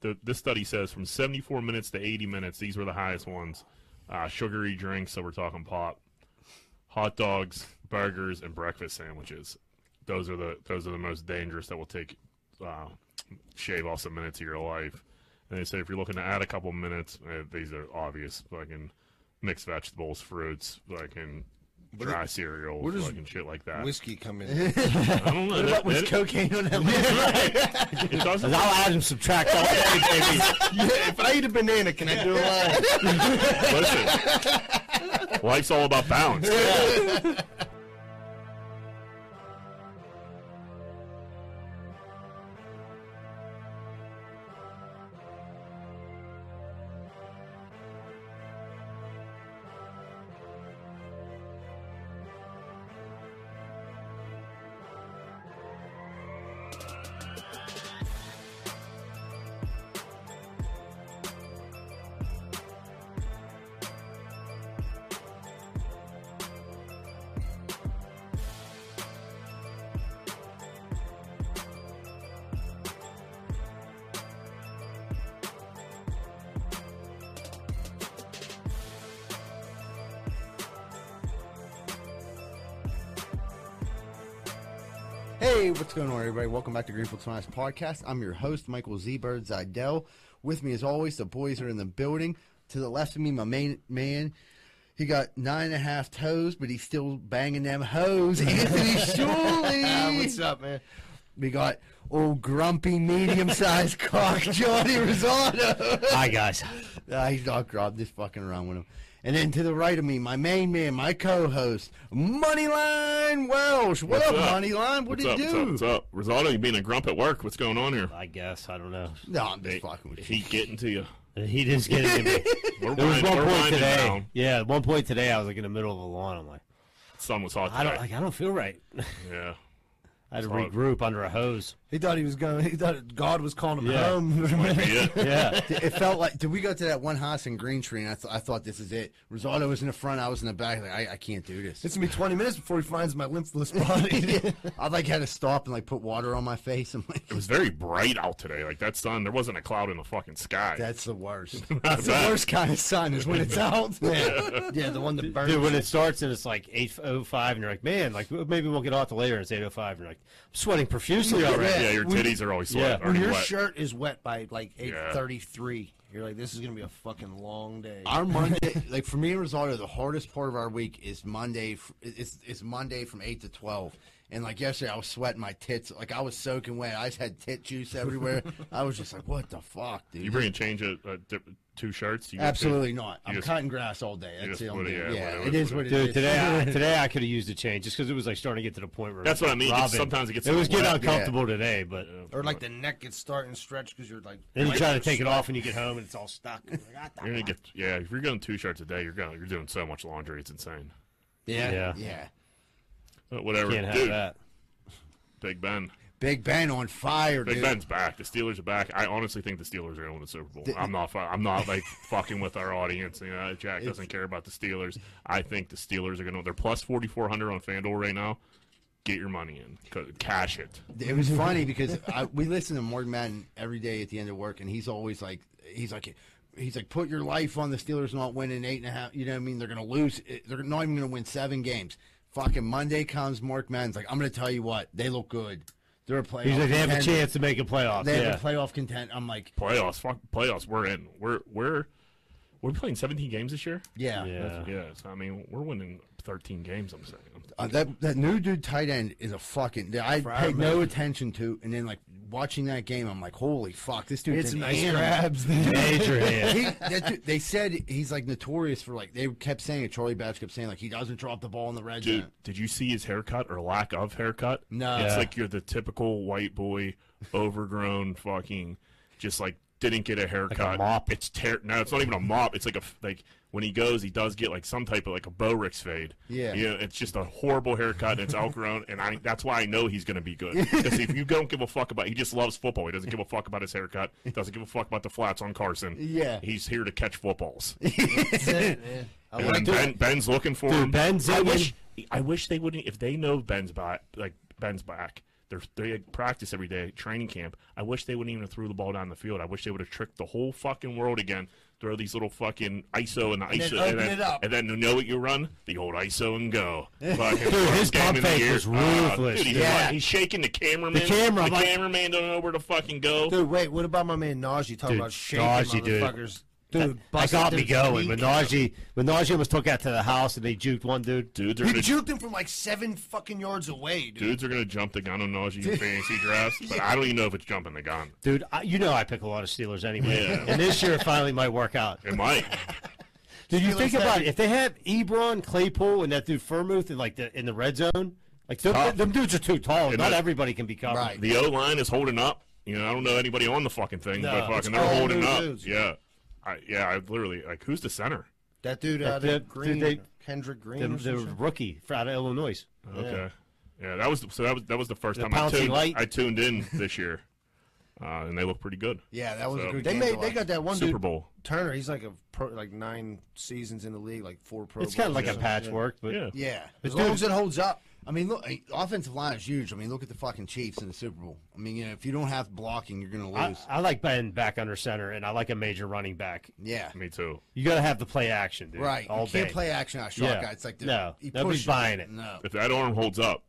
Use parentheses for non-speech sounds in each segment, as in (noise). the, this study says from 74 minutes to 80 minutes, these were the highest ones. Uh, sugary drinks, so we're talking pop, hot dogs, burgers, and breakfast sandwiches. Those are the those are the most dangerous that will take uh, shave off some minutes of your life. And they say if you're looking to add a couple minutes, uh, these are obvious. Fucking mixed vegetables, fruits, fucking What dry cereals, what is- fucking shit like that. Whiskey come (laughs) in. I don't (laughs) know. What That, was that- cocaine on (laughs) that list? it doesn't (laughs) I'll add and subtract all day, baby. if I eat a banana, can I do a line? Listen, (laughs) life's all about balance. Hey, what's going on, everybody? Welcome back to Greenfield Tonight's podcast. I'm your host, Michael Z. Bird Zidell. With me, as always, the boys are in the building. To the left of me, my main man, he got nine and a half toes, but he's still banging them hoes. (laughs) Anthony Ah, what's Shuley. up, man? we got old grumpy, medium-sized (laughs) cock Johnny Rosado. Hi (laughs) guys. Ah, he's not grumpy. Just fucking around with him. And then to the right of me, my main man, my co-host, Moneyline Welsh. What What's up, up? Moneyline? What What's did up, you what's do? up? What's up? Rosado, you being a grump at work? What's going on here? I guess I don't know. No, I'm just Hey, fucking with you. Heat getting to you. He (laughs) just getting me. We're There was winding- one we're point winding today. down. Yeah, at one point today I was like in the middle of the lawn. I'm like, Sun was hot today. I don't like I don't feel right. (laughs) yeah. I had to Solid. regroup under a hose. He thought he was going. He thought God was calling him Yeah. home. Yeah. (laughs) Yeah. It felt like did we go to that one house in Green Tree and I, th- I thought this is it. Rosado was in the front, I was in the back. Like I, I can't do this. it's gonna be 20 minutes before he finds my lymphless (laughs) body. (laughs) I like had to stop and like put water on my face. I'm (laughs) like, It was very bright out today. Like that sun, there wasn't a cloud in the fucking sky. that's the worst. That's That's the bad. worst kind of sun is when it's (laughs) out. yeah. (laughs) yeah, the one that burns. Dude, when it starts and it's like 8.05 and you're like, man, like maybe we'll get off till later and it's 8.05 and you're like, I'm sweating profusely already. (laughs) yeah, your when- titties are always yeah, sweat. when already your wet. shirt is wet by like 8:33, you're like, this is gonna be a fucking long day. Our Monday, like for me and Rosado, the hardest part of our week is Monday. f- It's it's Monday from eight to twelve. And like yesterday, I was sweating my tits. Like I was soaking wet. I just had tit juice everywhere. I was just like, what the fuck, dude? You bring a change of uh, di- two shirts? You get two- (laughs) Absolutely not. I'm just- cutting grass all day. That's just the put only it- yeah, yeah, yeah, whatever, it is what it is. Dude, today I, today I could have used a change just because it was like starting to get to the point where That's what I mean. It's- Robin- sometimes it gets it was getting wet. uncomfortable today, but uh, or like the neck gets starting to stretch because you're like. then you try to take it off and you get home and it's all stuck. You're like, "Ah, You're gonna get yeah. If you're going two shirts a day, you're going you're doing so much laundry. It's insane. (laughs) yeah, yeah, Yeah. But whatever, Can't have dude. that. Big Ben. Big Ben on fire, Big dude. Ben's back. The Steelers are back. I honestly think the Steelers are going to win the Super Bowl. I'm not. fu- I'm not like (laughs) fucking with our audience. You know, Jack doesn't care about the Steelers. I think the Steelers are going to. They're plus 4400 on Fanduel right now. Get your money in. C- Cash it. It (laughs) was funny because I, we listen to Morgan Madden every day at the end of work, and he's always like, he's like, he's like, put your life on the Steelers not winning eight and a half. You know what I mean? They're gonna lose. They're not even gonna win seven games. Fucking Monday comes, Mark Madden's like, I'm gonna tell you what, they look good. They're a playoff. He's like, they have a contender. chance to make a playoff. They yeah. have a playoff content. I'm like, Playoffs. Fuck playoffs. We're in. We're we're we're playing 17 games this year. yeah. yeah. Yeah. So I mean, we're winning 13 games. I'm saying. Uh, that that new dude tight end is a fucking. that I Fryer, paid man. no attention to, and then like watching that game, I'm like, holy fuck, this dude. It's an nice animal. grabs. Major hand. He, that dude, they said he's like notorious for like they kept saying it. Charlie Batch kept saying like he doesn't drop the ball in the red Dude, zone. did you see his haircut or lack of haircut? No. It's Yeah. like you're the typical white boy, overgrown, (laughs) fucking, just like didn't get a haircut. mop. It's ter- No, it's not even a mop. It's like a f- like when he goes, he does get like some type of like a Bowrix fade. Yeah. You know, it's just a horrible haircut and it's (laughs) outgrown, and I that's why I know he's gonna be good because if you don't give a fuck about, he just loves football. He doesn't give a fuck about his haircut. Doesn't give a fuck about the flats on Carson. Yeah. He's here to catch footballs. That's it, man. I And then like ben, Ben's looking for Dude, him. Ben's I in- wish I wish they wouldn't if they know Ben's back like Ben's back. They're, they had practice every day, training camp. I wish they wouldn't even have threw the ball down the field. I wish they would have tricked the whole fucking world again. Throw these little fucking ISO and the then ISO, open it up. and then you know what you run the old ISO and (laughs) go. Dude, his pump fake was ruthless. Ah, dude, he's, Yeah. like- he's shaking the cameraman. The camera, the like- cameraman don't know where to fucking go. Dude, wait, what about my man Najee talking Dude, about shaking Najee, dude. motherfuckers? Dude, I busted got me their going. When kneecap. Najee, when Najee almost took out to the house and they juked one dude. Dudes are You gonna, juked him from like seven fucking yards away, dude. dudes are gonna jump the gun on Najee (laughs) in fantasy drafts, but I don't even know if it's jumping the gun. Dude, I, you know I pick a lot of Steelers anyway, Yeah. and this year it finally might work out. It might. Dude, you Steelers think about heavy. it. If they have Ebron, Claypool, and that dude Furmuth in like the in the red zone, like them, Tough. them dudes are too tall. Not that- everybody can be covered. Right. The O line is holding up. You know, I don't know anybody on the fucking thing, No, but it's fucking they're all holding new up. dudes. Yeah, I, yeah. I literally like who's the center? That dude That out of dude- Green, dude, (laughs) they- Kendrick Green, The, or some the shit. rookie for- out of Illinois. Okay. Yeah, that was so that was that was the first The time I Pouncy tuned Light. I tuned in this year, uh, and they look pretty good. Yeah, that was So- a good they game. made to they watch. got that one Super dude Bowl. Turner. He's like a pro, like nine seasons in the league, like four pro. It's kind of Bowls like or a some shit. patchwork, but Yeah. Yeah. As long as it holds up, I mean, look, eh, offensive line is huge. I mean, look at the fucking Chiefs in the Super Bowl. I mean, you know, if you don't have blocking, you're going to I, lose. I like Ben back under center, and I like a major running back. yeah. Me too. You got to have the play action, dude. Right. All you can't day. play action out of shotgun. Yeah. It's like the, No, he nobody's pushes buying it. No. If that arm holds up,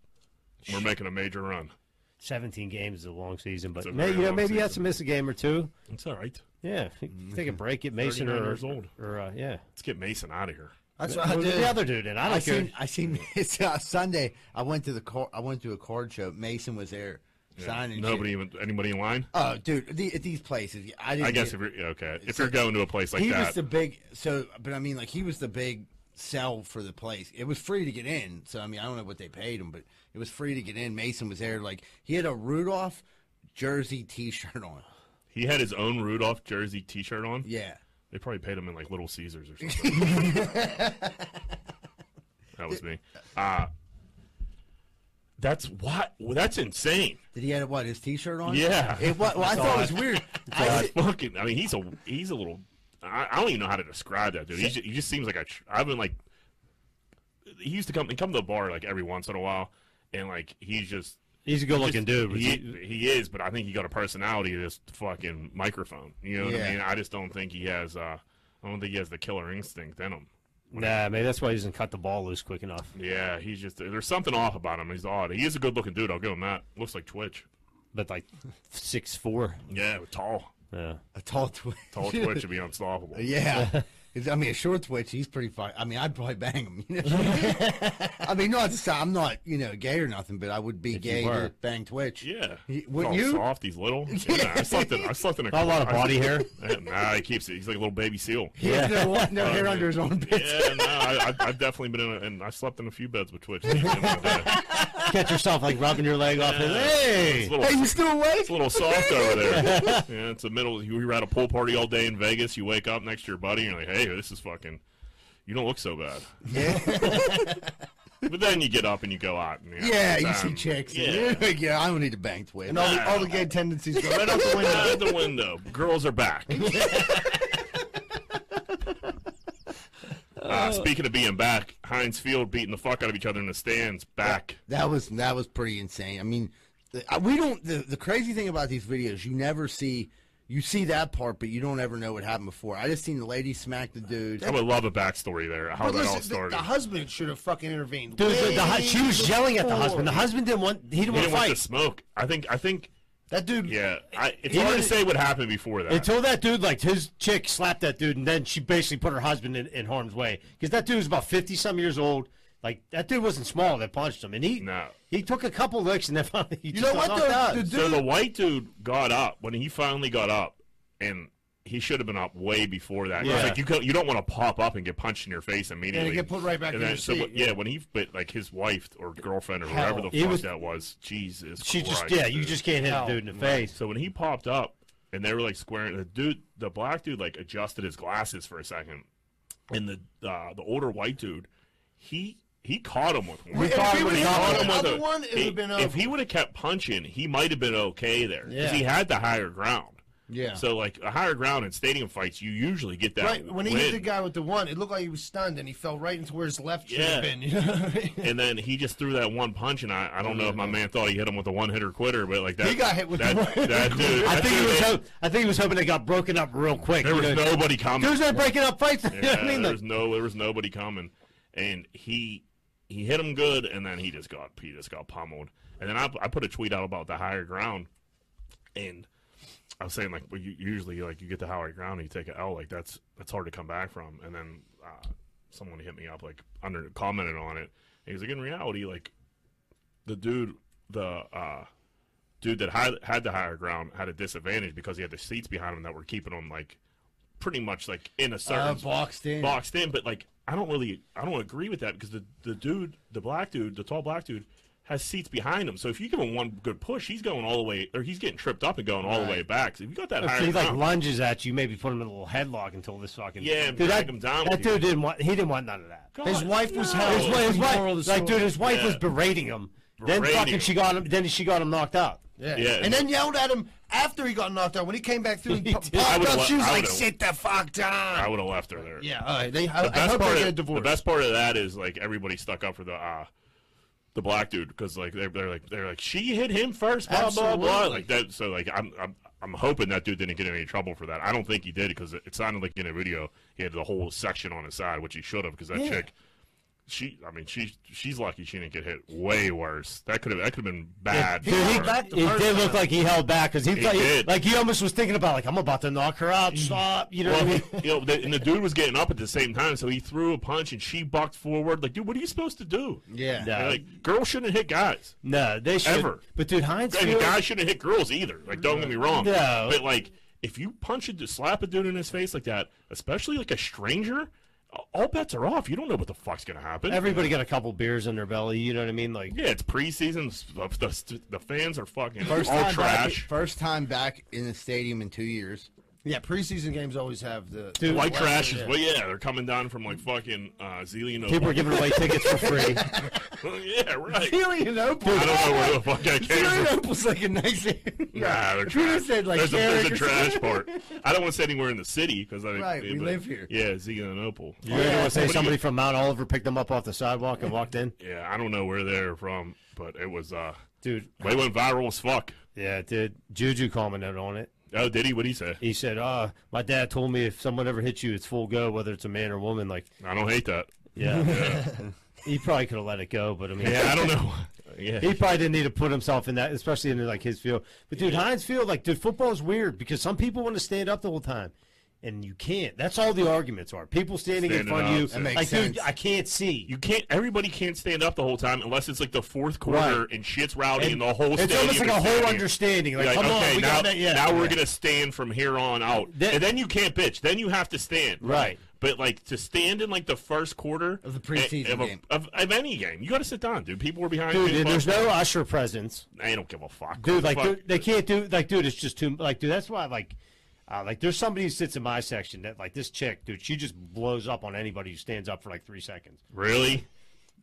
we're making a major run. 17 games is a long season, but It's a may, very you know, long maybe you have to season. miss a game or two. It's all right. Yeah, (laughs) take a break, get Mason 39 or, years old. or uh, yeah, Let's get Mason out of here. that's what I Well, did. the other dude, and I don't I care. seen, I seen (laughs) it's, uh, Sunday. I went to the car, I went to a card show. Mason was there signing. shit. Nobody even anybody in line. Oh, dude, the, at these places, I didn't. I guess if get- you're yeah, okay, if you're going to a place like he was that, the big. So, but I mean, like he was the big sell for the place. It was free to get in. So, I mean, I don't know what they paid him, but it was free to get in. Mason was there. Like he had a Rudolph jersey T-shirt on. he had his own Rudolph jersey T-shirt on. Yeah, They probably paid him in like Little Caesars or (laughs) something. that was me. Uh, that's what. Well, that's insane. did he have what his T-shirt on? Yeah. it was. Well, I thought it was weird. I God, said- fucking. I mean, he's a he's a little. I, I don't even know how to describe that dude. He just, he just seems like a. tr- I've been like. He used to come. He come to the bar like every once in a while, and like he's just. He's a good-looking just- dude. but He, he- he is, but I think he got a personality to this fucking microphone. You know what I Yeah. mean? I just don't think he has. uh I don't think he has the killer instinct in him. nah, maybe that's why he doesn't cut the ball loose quick enough. Yeah, he's just there's something off about him. He's odd. He is a good looking dude. I'll give him that. Looks like Twitch. But like six four. Yeah, tall, Yeah. a tall twitch. (laughs) tall Twitch would be unstoppable. Yeah. It's- I mean, a short twitch, he's pretty fine. I mean, I'd probably bang him. (laughs) You know? I mean, not to say I'm not, you know, gay or nothing, but I would be gay were. to bang twitch. Yeah, He- He's wouldn't all you? Soft. He's (laughs) little. Yeah, I slept in. I slept in a. Not a lot of body (laughs) hair. I, nah, he keeps it. He's like a little baby (laughs) seal. He has no, no hair under his own Yeah, bitch. no, I, I- I've definitely been in, a, and I slept in a few beds with Twitch. It's Catch yourself like rubbing your (laughs) leg off. and, a hey, little, Hey, you still awake? it's a little soft over (laughs) there. Yeah, it's the middle. You were at a pool party all day in Vegas. You wake up next to your buddy, and you're like, "Hey, this is fucking. You don't look so bad." Yeah. (laughs) But then you get up and you go out. And, yeah, you um, see chicks. Yeah. (laughs) Yeah. yeah, I don't need to bang twitch. and all the, all the gay (laughs) tendencies go right out the window. Out of the window. Girls are (laughs) back. (laughs) uh, speaking of being back, Heinz Field beating the fuck out of each other in the stands. Back. That was that was pretty insane. I mean, the, I- we don't. The, the crazy thing about these videos, you never see. You see that part, but you don't ever know what happened before. I just seen the lady smack the dude. I would love a backstory there. How But that all listen, the, started. the husband should have fucking intervened. dude, the, Way the, hu- she was yelling at the before. husband. The husband didn't want. He didn't he want to didn't want fight. the smoke. I think. I think. That dude. Yeah. I, it's He hard to didn't- say what happened before that. Until that dude, like his chick, slapped that dude, and then she basically put her husband in, in harm's way because that dude was about fifty some years old. Like that dude wasn't small that punched him, and he No. he took a couple licks and then (laughs) finally he You just know what got knocked out. though? The dude. so the white dude got up when he finally got up, and he should have been up way before that. 'Cause, Yeah. Like you, go, you don't want to pop up and get punched in your face immediately. And get put right back And in then- your so, seat, but- yeah. when he bit like his wife or girlfriend or Hell, whoever the he fuck was- that was, Jesus. She just Christ, yeah, you dude. just can't hit a Hell, dude in the face. So when he popped up and they were like squaring, the dude, the black dude, like adjusted his glasses for a second, and the uh, the older white dude, he. He caught him with one. If he would've He hit caught the him with other a- one, it he- would've been If over. he would have kept punching, he might have been okay there because Yeah. he had the higher ground. Yeah. So like a higher ground in stadium fights, you usually get that. Right when he win. hit the guy with the one, it looked like he was stunned and he fell right into where his left should Yeah. have been. (laughs) You know what I mean? and then he just threw that one punch, and I, I don't know if my man thought he hit him with a one hitter quitter, but like that He got hit with that, the one-hitter that dude. I that think he dude- was. Ho- I think he was hoping it got broken up real quick. There was you know, nobody coming. dudes are breaking up fights. (laughs) you know (laughs) Yeah, what I mean? there Like, was no, there was nobody coming, and he he hit him good, and then he just got he just got pummeled. And then I, I put a tweet out about the higher ground, and I was saying like well, you, usually like you get the higher ground and you take an L like that's that's hard to come back from. And then uh, someone hit me up like under commented on it. And he's like in reality like the dude the uh dude that had, had the higher ground had a disadvantage because he had the seats behind him that were keeping him like pretty much like in a certain Uh, boxed in. boxed in, but like I don't really I don't agree with that because the the dude, the black dude, the tall black dude has seats behind him. So if you give him one good push, he's going all the way or he's getting tripped up and going all the way back. So if you got that if higher he like ground- lunges at you, maybe put him in a little headlock until this fucking Yeah, and Dude, drag that, him down That with you. dude didn't want. He didn't want none of that. God, His wife was no. held. His, wa- his the moral wife, of the like, dude, story. his wife Yeah. was berating him. then Berating fucking him. she got him. Then she got him knocked out. Yeah. Yeah. And then yelled at him after he got knocked out. When he came back (laughs) through, he He po- did. I popped would've up. lo- She was I like, would've- "Sit the fuck I down." would have left her there. Yeah. All right. They, I, The I best hope part they of, get a divorce. the best part of that is like everybody stuck up for the uh the black dude because like they're, they're like they're like she hit him first blah blah blah Absolutely. like that so like I'm I'm I'm hoping that dude didn't get in any trouble for that I don't think he did because it, it sounded like in a video he had the whole section on his side which he should have because that chick she I mean she she's lucky she didn't get hit way worse that could have that could have been bad He for Dude, held he, her. back the it first did look time. like he held back because he, thought he- did. like he almost was thinking about like I'm about to knock her out. Stop, you know. Well, what I mean? he- you know, the, and the dude was getting up at the same time, so he threw a punch and she bucked forward. Like, dude, what are you supposed to do? Yeah. No. And, like, girls shouldn't hit guys. No, they should. Ever. But dude, Heinz. And Field- guys shouldn't hit girls either. Like, don't get me wrong. No. But like, if you punch a dude, slap a dude in his face like that, especially like a stranger, all bets are off. You don't know what the fuck's gonna happen. Everybody got a couple beers in their belly. You know what I mean? Like, yeah, it's preseason. The, the, the fans are fucking First all time trash. Back, first time back in the stadium in two years. Yeah. Preseason games always have the Dude, White Yeah. trash is well, yeah, they're coming down from like fucking uh, Zillion. people are giving away tickets for free. (laughs) (laughs) yeah, right. (laughs) Alien I Opal. don't know where the fuck I came from. Opal's like a (laughs) nice. Nah, they're Who trash. said, like, there's a, there's a Eric or trash part. I don't want to say anywhere in the city because I Right, we but- live here. Yeah, Zieganople. You really want to say What do somebody from Mount Oliver picked them up off the sidewalk and walked in? you- yeah, I don't know where they're from, but it was. uh Dude, They went viral as fuck. yeah, dude. Juju commented on it. Oh, did he? What would he say? He said, uh, my dad told me if someone ever hits you, it's full go, whether it's a man or woman. Like, I don't hate that. (laughs) yeah. he probably could have let it go, but I mean, Yeah, I don't know. (laughs) Yeah, he probably didn't need to put himself in that, especially in like his field. But dude, Heinz Field, like, dude, football is weird because some people want to stand up the whole time, and you can't. That's all the arguments are. People standing, Standing in front up, of you, That like, makes sense. dude, I can't see. you can't. Everybody can't stand up the whole time unless it's like the fourth quarter Right. and shit's rowdy and, the whole. it's almost like stadium is a whole standing. understanding. Like, Like, come okay, on, we now, got that. Yeah, now we're Yeah. gonna stand from here on out, That- and then you can't bitch. Then you have to stand. Right. But like to stand in like the first quarter Of the preseason a- of, a- game. of, of any game, you got to sit down, dude. People were behind Dude, you. and there's no usher presence. I don't give a fuck, dude. Like Fuck. dude, they can't do like, dude. It's just too like, dude. That's why like, uh, like there's somebody who sits in my section that like this chick, dude. She just blows up on anybody who stands up for like three seconds. really.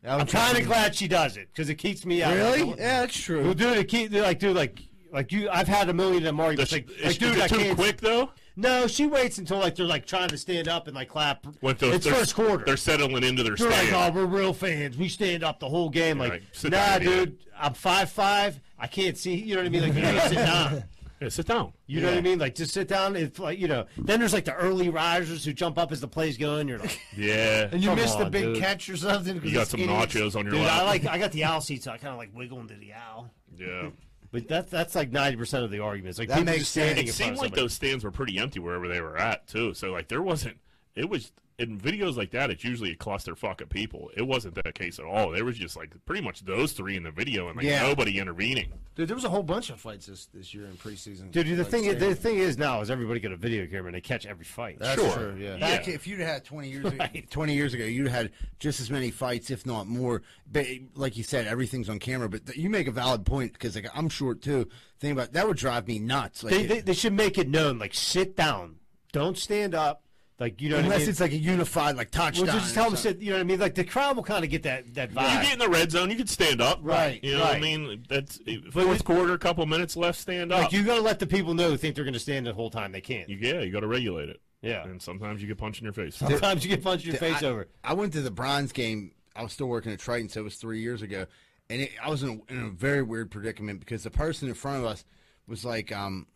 I'm kind of glad she does it because it keeps me out. Really? Like, Yeah, that's well, true. dude, it keep like, dude, like. Like you, I've had a million of them arguments. Is, Like, is- like, dude, is I it too can't. quick though? No, she waits until like they're like trying to stand up and like clap. When they're- it's they're- first quarter. they're settling into their They're like, stand. oh, we're real fans. We stand up the whole game. Like, like, sit nah, down, idiot." dude, I'm five five. I can't see. You know what I mean? Like, you gotta sit down. Yeah, sit down. You know what I mean? Like, just sit down. It's like you know. Then there's like the early risers who jump up as the play's going. You're like, Yeah, And you Come missed on, the big dude. catch or something. 'cause you got it's some idiots. nachos on your dude, I lap. like I got the owl seat, so I kind of like wiggle into the owl. yeah. But that's that's like ninety percent of the arguments. Like That people makes just standing it in front seemed of like somebody. those stands were pretty empty wherever they were at too. So like there wasn't it was in videos like that it's usually a clusterfuck of people. It wasn't that case at all. There was just like pretty much those three in the video and like Yeah. nobody intervening. Dude, there was a whhole bunch of fights this, this year in preseason. Dude, the Like, thing is, the stadium. thing is now is everybody got a video camera and they catch every fight. That's Sure. true, yeah. Yeah. Back if you'd had twenty years ago, twenty years ago, you'd had just as many fights, if not more. But like you said, everything's on camera. But th- you make a valid point because like I'm short too. Think about that would drive me nuts. Like They, they, they should make it known. Like, sit down. Don't stand up. Like you know, what I Unless mean? it's like a unified like touchdown. Well, just tell or them something. shit. You know what I mean? Like the crowd will kind of get that that vibe. You get in the red zone, you can stand up. Right, You know what I right. mean? That's fourth quarter, couple minutes left, stand up. Like you gotta let the people know who think they're gonna stand the whole time. They can't. You- yeah, you got to regulate it. yeah. And sometimes you get punched in your face. (laughs) Sometimes you get punched in your face I, over. I went to the Bronze game. I was still working at Triton, so it was three years ago, and it, I was in a, in a very weird predicament because the person in front of us was like, um,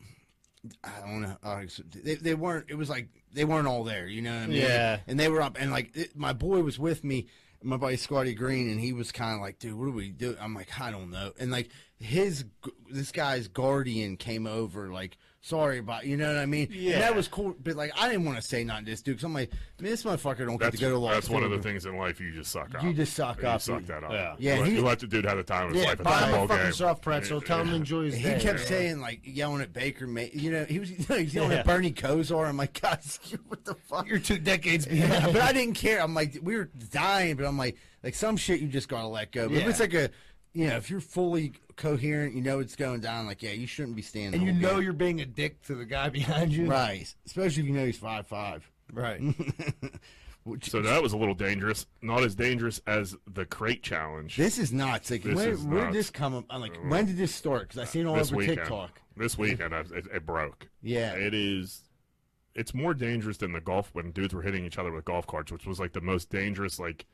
I don't know, uh, they, they weren't. It was like they weren't all there, you know what I mean? Yeah. And they were up, and like it, my boy was with me, my buddy Scotty Green, and he was kind of like, dude, what do we do? I'm like, I don't know, and like his gu- this guy's guardian came over, like. Sorry about you know what I mean. And Yeah. that was cool, but like I didn't want to say nothing to this dude because I'm like, man, this motherfucker don't That's, to go to law that's one of the school. things in life you just suck up. You just suck up. You suck that up. Yeah. Yeah, You, let, he- you let the dude have the time of his Yeah, life at buy the him ball a game. fucking soft pretzel. Tell him to enjoy his He day. kept saying like yelling at Baker, Ma- you know, he was (laughs) he was yelling Yeah. at Bernie Kosar. I'm like, guys, (laughs) what the fuck? You're (laughs) two decades Yeah, behind. but I didn't care. I'm like, we were dying, but I'm like, like some shit you just gotta let go. But if Yeah. it's like a, you know, if you're fully coherent, you know it's going down. Like, yeah, you shouldn't be standing. and you the whole know game. you're being a dick to (laughs) the guy behind you. right, especially if you know he's five five. Right. Which, So that was a little dangerous. Not as dangerous as the crate challenge this is nuts. Like, This where, is where nuts. Uh, did this come? up? I'm like, when did this start? Because I seen it all this over weekend. TikTok. This weekend, I, it, it broke. Yeah. It is. It's more dangerous than the golf when dudes were hitting each other with golf carts, which was like the most dangerous like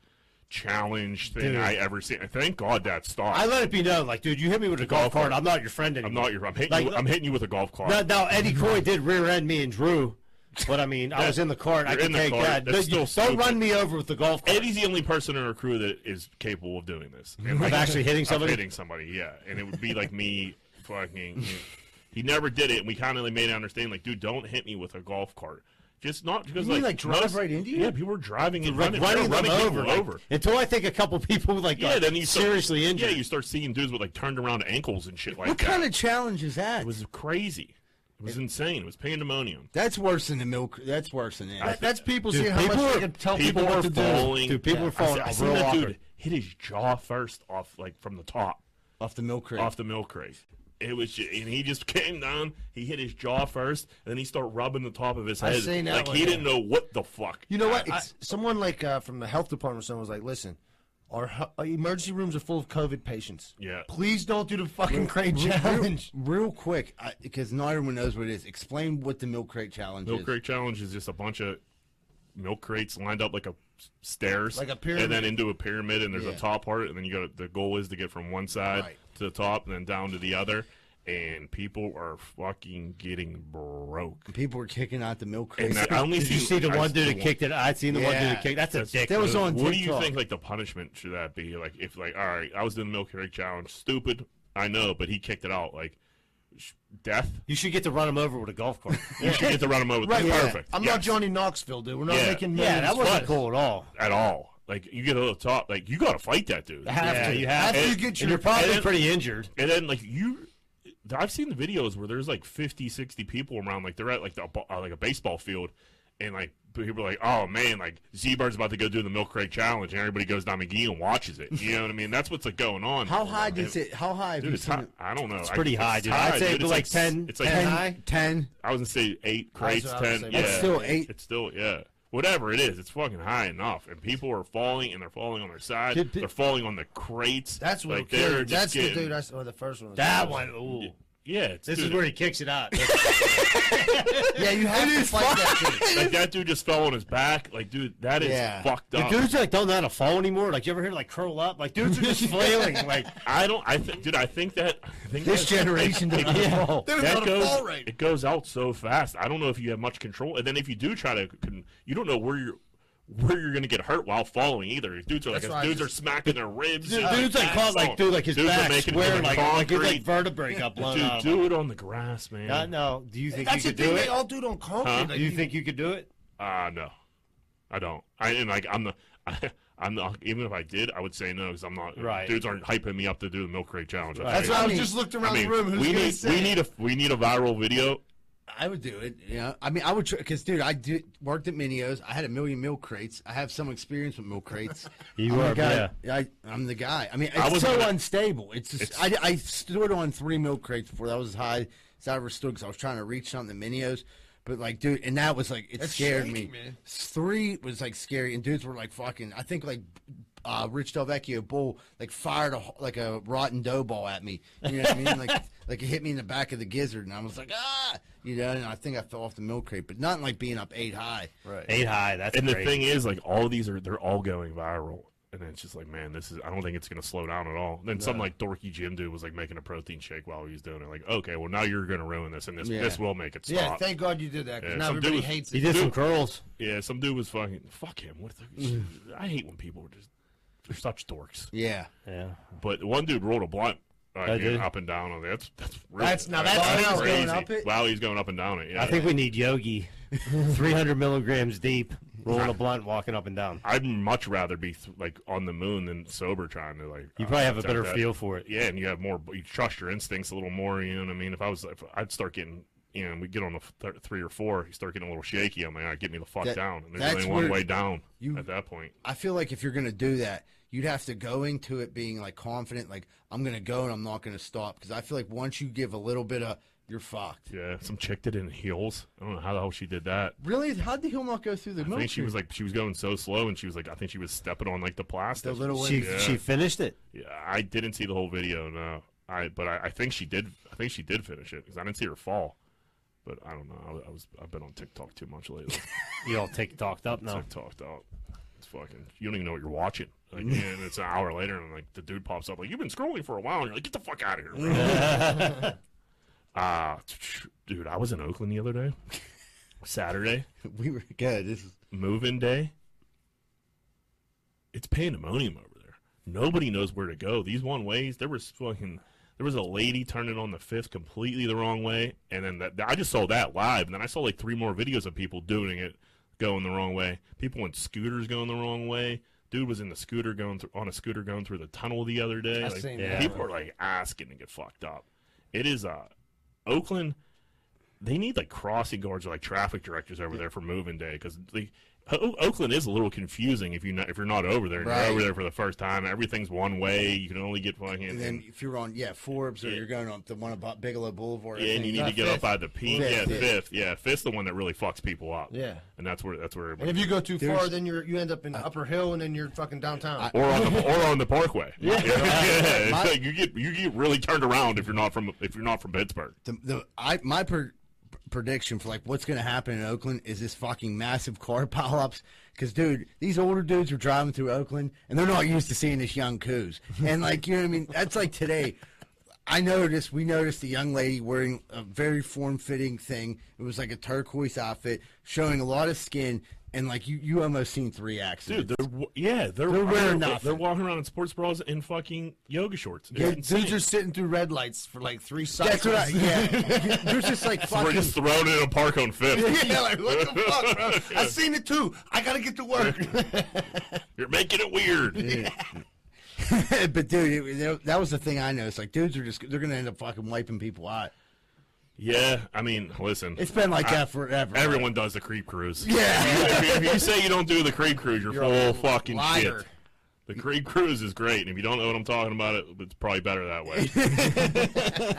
challenge thing Dude. I ever seen. And Thank God that stopped. I let it be known, like, dude, you hit me with a golf cart. I'm not your friend I'm anymore. not your. I'm hitting. Like- you, I'm hitting you with a golf cart. Now, now, Eddie Coy did rear end me and Drew, but I mean, I was in the cart. I You're can in the take cart. that. That's Don't- still don't stupid. run me over with the golf cart. Eddie's the only person in our crew that is capable of doing this. And, like, Of actually hitting of somebody? hitting somebody, yeah. And it would be like me (laughs) fucking. He never did it, and we kind of like made it understand, like, dude, don't hit me with a golf cart. Just not because You mean, like, like, drive most- right into you? Yeah, people were driving and running, running running, running them people over, like, over. until I think a couple people like Yeah, got then you start- seriously injured. Yeah, you start seeing dudes with like turned around ankles and shit like What that. kind of challenge is that? It was crazy. It was insane. It was pandemonium. That's worse than the milk. That's worse than it. That- that's people seeing how people much are- they can tell people, People were what to do. falling. Dude, people were I falling see- I off seen real that dude awkward. hit his jaw first off, like from the top. off the milk crate. off the milk crate. It was, ju- and he just (laughs) came down. He hit his jaw first, and then he started rubbing the top of his I head, seen that like one, he yeah. didn't know what the fuck. You know what? I, It's- someone like uh, from the health department, or someone was like, "Listen, our, hu- our emergency rooms are full of COVID patients. Yeah. please don't do the fucking crane real, challenge." real quick, because not everyone knows what it is. Explain what the milk crate challenge milk is. crate challenge is just a bunch of milk crates lined up like a s- stairs, Like a pyramid. and then into a pyramid, and there's a Yeah. top part, and then you got the goal is to get from one side Right. to the top, and then down to the other. And people are fucking getting broke. People were kicking out the milk crate. And I only Did you see the I one dude the that kicked it? I seen the one dude Yeah. that kicked. That's a dick. That was move. on What do you TikTok. think? Like the punishment should that be? Like if like all right, I was doing the milk crate challenge. Stupid, I know, but he kicked it out. Like sh- death. You should get to run him over with a golf cart. You should get to run him (laughs) over. Right, yeah. perfect. I'm not Yes. Johnny Knoxville, dude. We're not Yeah. making millions. yeah, that wasn't But cool at all. at all. Like you get a little top. Like you got to fight that dude. Have Yeah, to. you have After to. you get your And you're probably and- pretty injured. And then like you, I've seen the videos where there's like 50, 60 people around. Like they're at like the uh, like a baseball field, and like people are like, oh man, like Z Bird's about to go do the milk crate challenge, and everybody goes down McGee and watches it. You know what I mean? That's what's like going on. How high does it? How high? Have Dude, you it's seen high. it? I don't know. It's pretty high, dude. I'd say it's like 10 It's like Ten 10. high? Ten. I was gonna say eight crates, what I was ten. gonna say. Yeah, It's still eight. It's still yeah. Whatever it is, it's fucking high enough, and people are falling, and they're falling on their side. Did- did- they're falling on the crates. That's what. like, killed they're me. just That's getting, the dude. I saw the first one. That one. Ooh. Yeah, it's, This dude, is where he kicks it out. Yeah, you have to fight that dude. like that dude just fell on his back. Like, dude, that is Yeah. fucked The up. dudes like don't know how to fall anymore. Like you ever hear like curl up? Like dudes are (laughs) just flailing. Like I don't. I think, dude. I think that. I think This that- (laughs) generation does not fall. They're that not a goes, fall rate. it goes out so fast. I don't know if you have much control, and then if you do try to, con- you don't know where you're where you're gonna get hurt while falling either. Dudes are like That's why I dudes are just- smacking their ribs. dude, and dude's like that's caught like all. dude like his dudes back are making square it like like his like concrete. vertebrae got blown dude, out. do it on the grass, man. I know. Do you think That's you could the do thing they it? all do on concrete. Huh? Like, Do you think you could do it? Uh, no, I don't. I and like I'm the. (laughs) I, I'm not. Even if I did, I would say no because I'm not. Right. Dudes aren't hyping me up to do the milk crate challenge. Right. That's I, why I I was mean- just looked I around the mean, room. Who's we gonna need say we it? need a we need a viral video. I would do it. You know, I mean, I would because, dude, I did, worked at Minios. I had a million milk crates. I have some experience with milk crates. You I'm are, the guy. I, I'm the guy. I mean, it's wasn't so gonna- unstable. It's just I, I stood on three milk crates before that was as high as I ever stood because I was trying to reach something at Minios. But like, dude, and that was like it That's scared shaky, me. man. Three was like scary, and dudes were like fucking. I think like uh, Rich Delvecchio Bull like fired a like a rotten dough ball at me. You know what I mean? Like like it hit me in the back of the gizzard, and I was like ah, you know. And I think I fell off the milk crate, but not like being up eight high. Right. Eight high. That's And the crazy. thing is, like all these are they're all going viral, and it's just like, man, this is I don't think it's gonna slow down at all. And then some like dorky gym dude was like making a protein shake while he was doing it. Like, okay, well now you're gonna ruin this, and this Yeah. this will make it stop. Yeah, thank God you did that because Yeah, now some everybody dude- hates He it. did some curls. Yeah, some dude was fucking fuck him. What the, I hate when people are just they're such dorks. Yeah, Yeah. But one dude rolled a blunt. Uh, I did. up and down on it. That's that's really, That's- now that's wow, how he's going up it. Wow, he's going up and down it. Yeah. I think we need Yogi, (laughs) 300 milligrams deep, rolling a blunt, walking up and down. I'd much rather be th- like on the moon than sober trying to like. You uh, probably have a attempt better that. feel for it. Yeah, and you have more. You trust your instincts a little more. You know what I mean? If I was, if I'd start getting, you know, we get on the th- three or four, you start getting a little shaky. I'm like, all right, get me the fuck That- down. And there's that's only one where way down you- at that point. I feel like if you're gonna do that, you'd have to go into it being like confident, like I'm gonna go and I'm not gonna stop. Because I feel like once you give a little bit of, you're fucked. Yeah, some chick did it in heels. I don't know how the hell she did that. Really? How did he not go through the I milk think she was like she was going so slow, and she was like I think she was stepping on like the plastic. The little She, Yeah. she finished it. Yeah, I didn't see the whole video. No, I but I, I think she did. I think she did finish it because I didn't see her fall. But I don't know. I, was- I was I've been on TikTok too much lately. You all take talked up now. TikTok dog. It's fucking. You don't even know what you're watching. Like, and it's an hour later, and like the dude pops up like you've been scrolling for a while, and you're like, get the fuck out of here. (laughs) Ah, dude, I was in Oakland the other day, Saturday (laughs) We were good. This is move-in day, it's pandemonium over there. Nobody knows where to go. These one ways, there was fucking, there was a lady turning on the fifth completely the wrong way, and then that, I just saw that live, and then I saw like three more videos of people doing it, going the wrong way. People on scooters going the wrong way. Dude was in the scooter going through, on a scooter going through the tunnel the other day. I Like, seen that. People are like asking to get fucked up. It is uh, Oakland they need like crossing guards or like traffic directors over there for moving day because like o- Oakland is a little confusing if you not, if you're not over there and Right. you're over there for the first time. Everything's one way. You can only get fucking And then if you're on, yeah, Forbes, or Yeah. you're going up the one about Bigelow Boulevard. I yeah, and think. you need to not get fifth. up by the peak. Fifth, yeah, yeah. Uh, fifth. Yeah, fifth's the one that really fucks people up. Yeah. and that's where that's where. And if you go too far, then you're you end up in Upper Hill, and then you're fucking downtown. or on the or on the Parkway. (laughs) Yeah, yeah. It's like you get you get really turned around if you're not from if you're not from Pittsburgh. the, the I my per, prediction for like what's going to happen in Oakland is this fucking massive car (laughs) pileups. Because dude, these older dudes are driving through Oakland and they're not used to seeing this (laughs) young coos. And like you know what I mean? That's like today. I noticed we noticed a young lady wearing a very form-fitting thing. It was like a turquoise outfit, showing a lot of skin, and like you, you almost seen three accidents. Dude, they're wa- yeah, they're, They're wearing they're, nothing. walking around in sports bras and fucking yoga shorts. It's Yeah, insane. dudes are sitting through red lights for like three That's seconds. what I, (laughs) yeah. You're just like We're fucking. just thrown in a park on fifth. (laughs) yeah, like what the fuck, bro? I seen it too. I gotta get to work. You're making it weird. (laughs) but dude, it, it- that was the thing I noticed. Like dudes are just they're gonna end up fucking wiping people out. Yeah, I mean, listen, It's been like that forever. everyone does the creep cruise. Yeah. if, you, if you say you don't do the creep cruise, you're, full fucking liar. shit. The creep cruise is great, and if you don't know what I'm talking about, it it's probably better that way.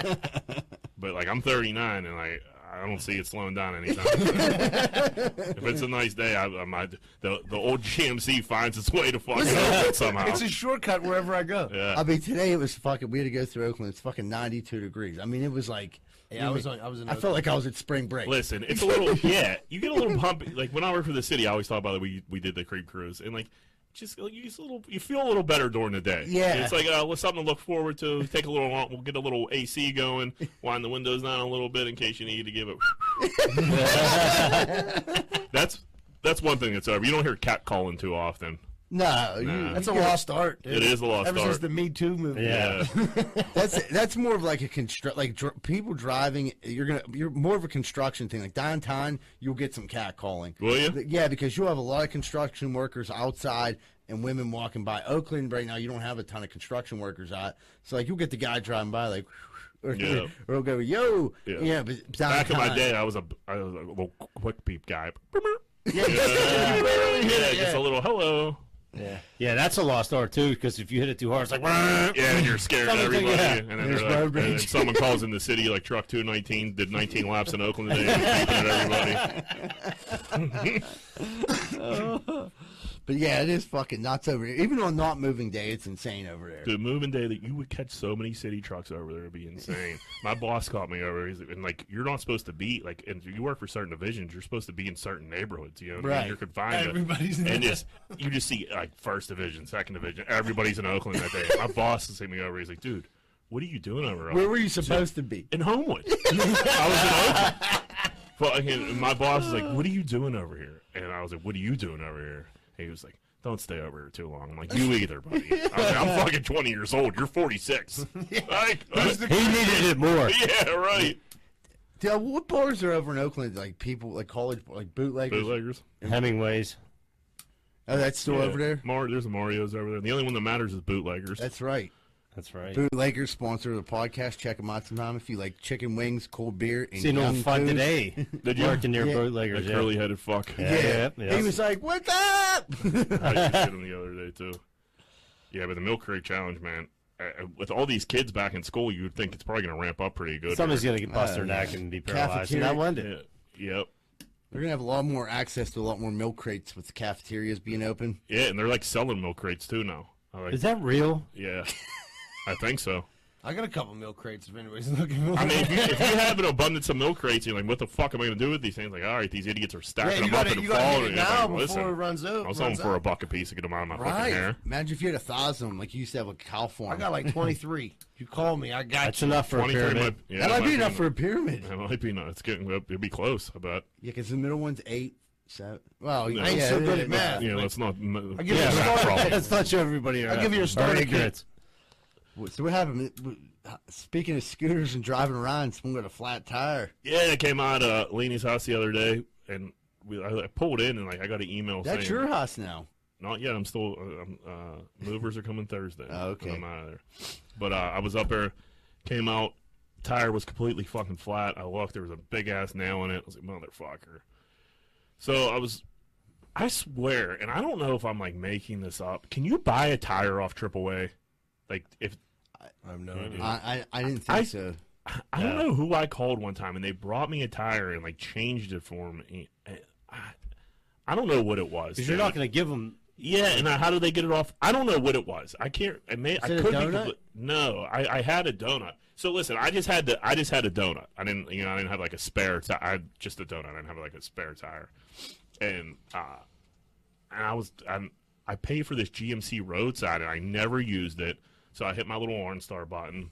but like, I'm 39, and like. I don't see it slowing down anytime. if it's a nice day, I, I might. The, the old GMC finds its way to fucking Oakland somehow. It's a shortcut wherever I go. I mean, today it was fucking. We had to go through Oakland. It's fucking ninety-two degrees. I mean, it was like. Yeah, I was on- I was in I felt like I was at spring break. Listen, it's a little yeah. You get a little bumpy. Like when I worked for the city, I always thought about that we we did the creep cruise and like just like, you just a little you feel a little better during the day. Yeah. it's like uh, well, something to look forward to. Take a little walk. We'll get a little AC going. Wind the windows down a little bit in case you need to give it. that's that's one thing that's over. You don't hear cat calling too often. No, you, Nah. That's a lost art. Dude. It is a lost Ever since art. the Me Too movement. (laughs) Yeah. Uh, that's that's more of like a construct. Like dr- people driving, you're gonna you're more of a construction thing. Like downtown, you'll get some cat calling. Will ya? Yeah, because you'll have a lot of construction workers outside and women walking by. Oakland right now, you don't have a ton of construction workers out, so like you'll get the guy driving by like. (laughs) Or, Yeah. or he'll go, yo, Yeah. yeah. but Back in my (laughs) downtown- day, I was a I was Uh, a little quick beep guy. Yeah, yeah, just a little hello. Yeah. Yeah, that's a lost art too, because if you hit it too hard, it's like (laughs) Yeah, and you're scared of Something's everybody. like, yeah. And, then There's they're like- road and then rage. someone calls in the city, like truck 219 did 19 laps in Oakland today. and beeping (laughs) at everybody. But yeah, it is fucking nuts over here. Even on not moving day, it's insane over there. Dude, moving day that you would catch so many city trucks over there would be insane. My boss caught me over he's, and like you're not supposed to be like and you work for certain divisions, you're supposed to be in certain neighborhoods, you know, what I mean? Right. you're confined to- Everybody's (laughs) in and there. just you just see like first division, second division, everybody's in Oakland that day. My boss is me over, he's like, Dude, what are you doing over Where there? were you supposed to be? in Homewood. (laughs) I was in Oakland. Fucking, my boss is like, "What are you doing over here?" And I was like, "What are you doing over here?" And he was like, "Don't stay over here too long." I'm like, "You either, buddy." I was like, "I'm fucking 20 years old. You're 46." (laughs) Like, he needed it (laughs) more. yeah, right. Dude, what bars are over in Oakland? Like people, like college, like bootleggers. Bootleggers. Hemingway's. Oh, that's still Yeah. over there. Mar- there's Mario's over there. The only one that matters is bootleggers. That's right. That's right. Bootleggers sponsor of the podcast. Check them out sometime if you like chicken wings, cold beer, and Seen on young fun food. today. Did you? Working their Yeah. The bootleggers. Yeah. curly-headed fuck. Yeah, yeah, yeah. He was like, "What's up?" I just did them the other day too. Yeah, but the Milk Crate Challenge, man. uh, uh, With all these kids back in school, you would think it's probably going to ramp up pretty good. Somebody's gonna get bust Oh, their neck yeah. and be paralyzed. And Cafeteria. I wonder. Yeah. Yep. (laughs) We're gonna have a lot more access to a lot more milk crates with the cafeterias being open. Yeah, and they're like selling milk crates too now. I like, Is that real? yeah, I think so. I got a couple milk crates if anybody's (laughs) looking. I mean, if you, if you have an abundance of milk crates, you're like, what the fuck am I going to do with these things? Like, all right, these idiots are stacking yeah, you them up gotta, in you the gotta fall. hit it And now I'm before like, it listen, runs out. I was runs hoping for a out. buck a piece to get them out of my Right. fucking hair. Imagine if you had a thousand of 'em, like you used to have a cow farm. I got (laughs) like 23. you call me, I got That's you. enough for a 23 pyramid. might, yeah, that it might be enough enough. for a pyramid. It might be enough. It's getting, it'd be close, I bet. Yeah, because the middle one's eight, seven. No. Well, yeah, I ain't so yeah, good at yeah. math. Yeah, let's not. I give you a yeah, story. problem. Let's not show everybody. I'll give you a starter starting kit. ignorance. So what happened? Speaking of scooters and driving around, someone got a flat tire. Yeah, I came out of Laney's house the other day, and we, I, I pulled in, and like I got an email That's saying, your house now. Not yet. I'm still. uh, I'm, uh, movers are coming Thursday. Ah, Oh, okay. I'm out of there. But uh, I was up there, came out. Tire was completely fucking flat. I looked. There was a big ass nail in it. I was like, motherfucker. So I was. I swear, and I don't know if I'm like making this up. Can you buy a tire off AAA? Like if I have no idea. I, I, I didn't think I- so. I don't know who I called one time, and they brought me a tire and like changed it for me. And I, I don't know what it was. Because you're dude. not going to give them. Yeah, and I, how did they get it off? I don't know what it was. I can't. I may. I it a could donut? Be compl- no, I, I had a donut. So listen, I just had to. I just had a donut. I didn't. You know, I didn't have like a spare. T- I had just a donut. I didn't have like a spare tire. And uh, and I was I'm, I paid for this GMC roadside, and I never used it. So I hit my little Orange Star button,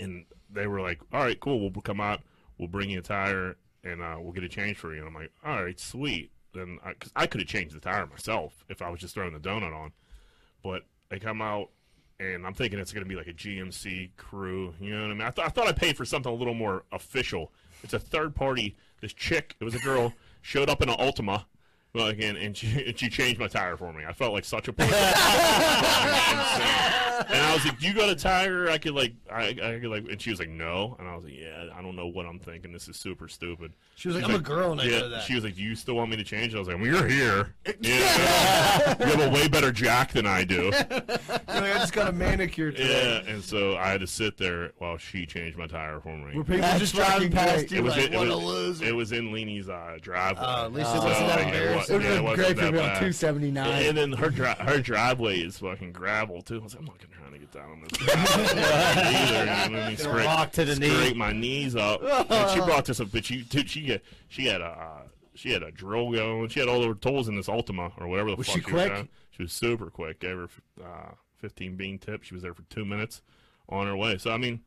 and they were like, "All right, cool. We'll come out. We'll bring you a tire, and uh, we'll get a change for you." And I'm like, "All right, sweet." Then I, cause I could have changed the tire myself if I was just throwing the donut on, but they come out, and I'm thinking it's gonna be like a GMC crew. You know what I mean? I, th- I thought I paid for something a little more official. It's a third party. This chick, it was a girl, (laughs) showed up in an Ultima. Like, and, and, she, and she changed my tire for me. I felt like such a pussy (laughs) and I was like, "You got a tire? I could like, I, I could like." And she was like, "No," and I was like, "Yeah, I don't know what I'm thinking. This is super stupid." She was like, I'm a girl and I know Yeah, that. she was like, "Do you still want me to change?" I was like, "Well, you're here. (laughs) Yeah. you have a way better jack than I do." You're like, I just got a manicure today. Yeah, and so I had to sit there while she changed my tire for me. Where people That's just driving fucking past great. you like, in- what was, a loser. it was in Leanie's uh, driveway. Uh, at least it So, wasn't that like, it was- Oh, embarrassing. It would yeah, have been wasn't great that for me on bad. two seventy nine. And then her dri- her driveway is fucking gravel too. I was like, I'm not gonna try to get down on this. (laughs) (laughs) either, you know what I mean? Scrape- rock to the knee. scrape my knees up. and she brought this up, but she dude, she had she had a uh, she had a drill going. She had all her tools in this Ultima or whatever the Was fuck. she was quick? driving. she was super quick. Gave her uh, 15 bean tip. She was there for two minutes on her way. So I mean,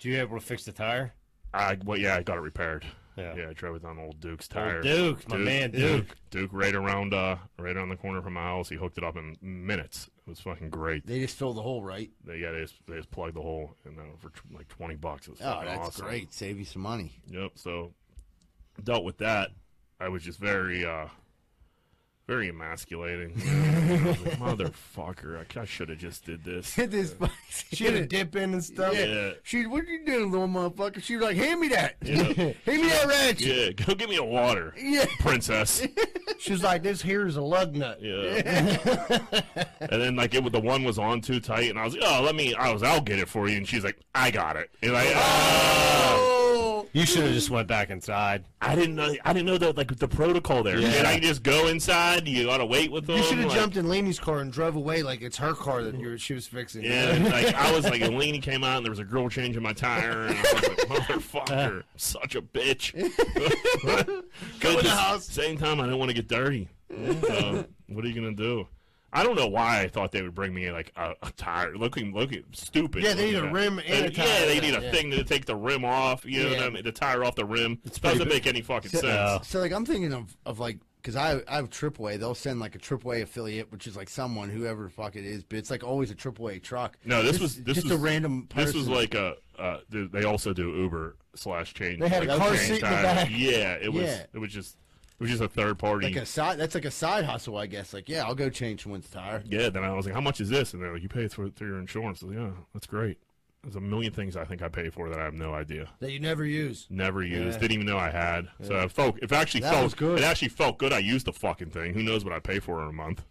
Do you able to fix the tire? I well yeah, I got it repaired. Yeah. I drove it on old Duke's tire. Duke, my man, Duke. Duke right around uh right around the corner from my house. He hooked it up in minutes. It was fucking great. They just fill the hole, right? They yeah, they just, they just plugged the hole and then for tw- like twenty bucks. It was Oh, fucking that's awesome. great. Save you some (laughs) money. Yep. So dealt with that. I was just very uh Very emasculating. (laughs) I was like, Motherfucker, I, I should have just did (laughs) this. Hit this She had a dip in and stuff. Yeah. She, what you doing, little motherfucker? She was like, hand me that. Yeah. (laughs) Hand me that ratchet. Yeah, go get me a water, Yeah. princess. She was like, "This here is a lug nut." Yeah. and then like it, the one was on too tight, and I was like, "Oh, let me." I was, "I'll get it for you," and she's like, "I got it." And I, uh, You should have just went back inside. I didn't know. I didn't know that like the protocol there. Yeah. Can I just go inside? You gotta wait with them. You should have like- jumped in Laney's car and drove away like it's her car that you're, she was (laughs) fixing. Yeah, (laughs) and, like I was like, and Laney came out, and there was a girl changing my tire, and I was like, "Motherfucker, (laughs) (laughs) I'm such a bitch." Go the house. Same time, I didn't want to get dirty. So, what are you gonna do? I don't know why I thought they would bring me like a, a tire. Looking, looking stupid. Yeah, they need Look at that. a rim and a They- tire. Yeah, they need a Yeah. thing to take the rim off. You know what I Yeah. mean? The tire off the rim. Doesn't make any fucking sense. (laughs) So like I'm thinking of, of like because I I have AAA, they'll send like a AAA affiliate, which is like someone whoever the fuck it is, but it's like always a AAA truck. No, this was this just was a random. Person. This was like a uh, th- they also do Uber slash change. They had a like, car change seat in the tires. back. Yeah, it was Yeah. it was just it was just a third party. like a side. That's like a side hustle, I guess. Like yeah, I'll go change someone's tire. yeah, then I was like, how much is this? And they're like, you pay through through your insurance. I was like, yeah, that's great. There's a million things I think I pay for that I have no idea. That you never use. Never used. Didn't even know I had. So it felt it actually felt was good. It actually felt good. I used the fucking thing. Who knows what I pay for in a month?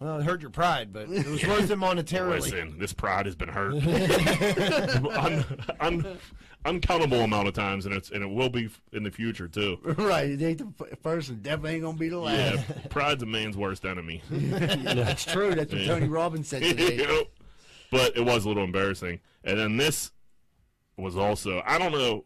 Well, it hurt your pride, but it was worth it monetarily. Listen, this pride has been hurt. (laughs) (laughs) un, un, uncountable amount of times, and it's and it will be f- in the future too. (laughs) right, it ain't the f- first and definitely ain't gonna be the last. Yeah, pride's a man's worst enemy. That's true. That's what Tony Robbins (laughs) said today. Yep. But it was a little embarrassing. And then this was also I don't know.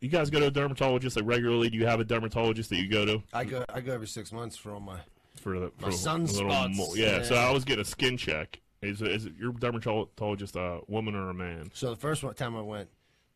You guys go to a dermatologist like regularly? Do you have a dermatologist that you go to I go I go every six months for all my. for the for My sunspots. yeah, So Yeah. I always get a skin check. Is is your dermatologist a woman or a man? So the first one, time I went,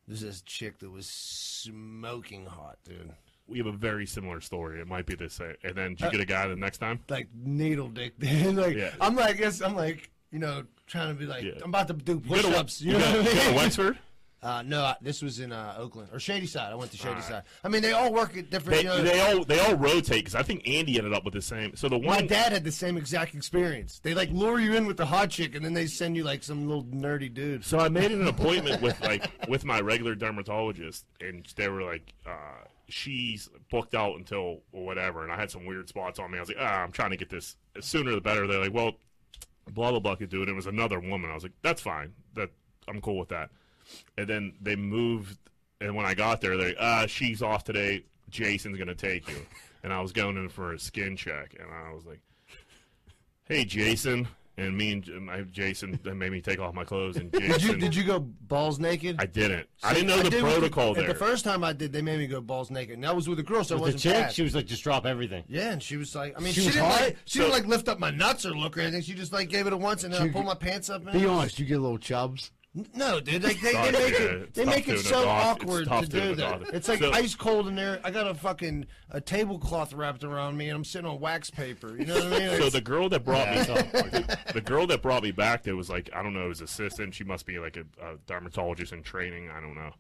there's this chick that was smoking hot, dude. We have a very similar story. It might be the same. And then did Uh, you get a guy the next time? Like needle dick, dude. (laughs) like Yeah. I'm like, yes, I'm like, you know, trying to be like, Yeah. I'm about to do You go to- push-ups. You, you know go- what I you go mean? to (laughs) Wexford? Uh, no, I, this was in uh, Oakland or Shady Side. I went to Shady Side. I mean, they all work at different. They, you know, they all they all rotate because I think Andy ended up with the same. So the my one dad had the same exact experience. They like lure you in with the hot chick, and then they send you like some little nerdy dude. So I made an appointment with like (laughs) with my regular dermatologist, and they were like, uh, "She's booked out until whatever." And I had some weird spots on me. I was like, "Ah, I'm trying to get this the sooner the better." They're like, "Well, blah blah blah could do it." It was another woman. I was like, "That's fine. That I'm cool with that." And then they moved, and when I got there, they're like, "Ah, she's off today. Jason's gonna take you." And I was going in for a skin check, and I was like hey Jason, and me and J- my Jason they made me take off my clothes and Jason. Did you did you go balls naked? I didn't. I didn't know the did with protocol the, there. The first time I did, they made me go balls naked, and that was with a girl, so I With the wasn't chick, bad. she was like, just drop everything. yeah, and she was like, I mean, She she, was didn't hot? like, she didn't like lift up my nuts or look or anything. She just like gave it a once, and then I She- pulled my pants up. Be And, honest, you get a little chubs. no, dude, like, they, they Sorry, make yeah, it it's they tough make doing it it so off- it's awkward tough to doing do it that. off. It's like So- ice cold in there. I got a fucking a tablecloth wrapped around me, and I'm sitting on wax paper. You know what I mean? (laughs) so It's- the girl that brought me oh, the, girl that brought me back there was like I don't know his assistant. She must be like a, a dermatologist in training. I don't know.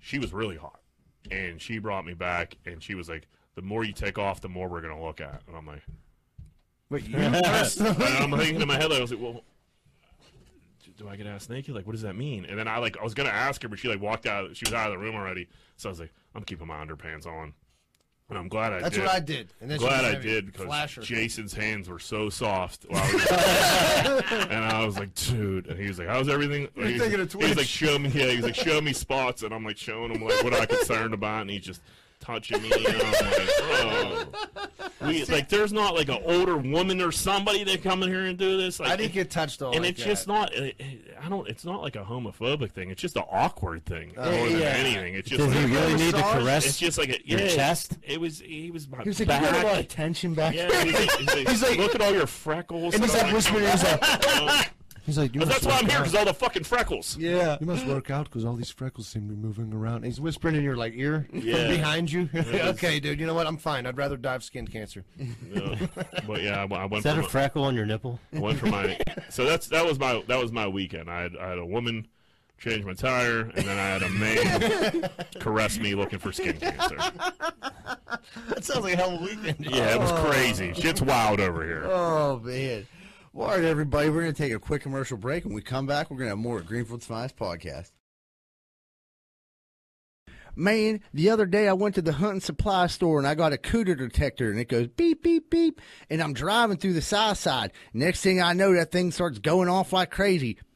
She was really hot, and she brought me back, and she was like, "The more you take off, the more we're gonna look at." And I'm like, Wait, (laughs) you And I'm thinking in my head, like, I was like, well, do I get ass naked? Like, what does that mean? And then I like, I was gonna ask her, but she like walked out. She was out of the room already. So I was like, I'm keeping my underpants on, and I'm glad I That's did. what I did. And then she Glad was I having did because flasher. Jason's hands were so soft. While I was- (laughs) and I was (laughs) like, dude. And he was like, how's everything? You're he was, thinking like, of he was like, Twitch. show me. Yeah, he was like, show me spots. And I'm like, showing him like what I'm concerned about. And he's just touching me. And I'm like, bro. We, like, there's not like an older woman or somebody that come in here and do this. Like, I didn't get touched all and like it's just that. not. it- it- I don't. It's not like a homophobic thing. It's just an awkward thing more than Uh, yeah. anything. It's just. Does he Like, really need to massage? caress? it's just like a Your yeah, chest? It was. He was my he was like, you back. got a lot of tension back. Yeah, he's like, (laughs) he's like, look at all your freckles. And he's I'm like whispering, he's like, "Oh." he's like, you But must that's why I'm work here out. because all the fucking freckles. Yeah. You must work out because all these freckles seem to be moving around. He's whispering in your like ear Yeah. from (laughs) behind you. (laughs) okay, dude. You know what? I'm fine. I'd rather die of skin cancer. Yeah. But yeah, I, I went. Is that for a my- freckle on your nipple? one for my so that's that was my that was my weekend i had i had a woman changed my tire, and then I had a man (laughs) caress me looking for skin cancer. That sounds like a hell of a weekend. Yeah, it was crazy. Shit's wild over here. Oh man. Well, all right, everybody. We're going to take a quick commercial break. When we come back, we're going to have more at Greenfield's Finest Podcast. Man, the other day I went to the hunting supply store and I got a cooter detector and it goes beep, beep, beep. And I'm driving through the side side. Next thing I know, that thing starts going off like crazy.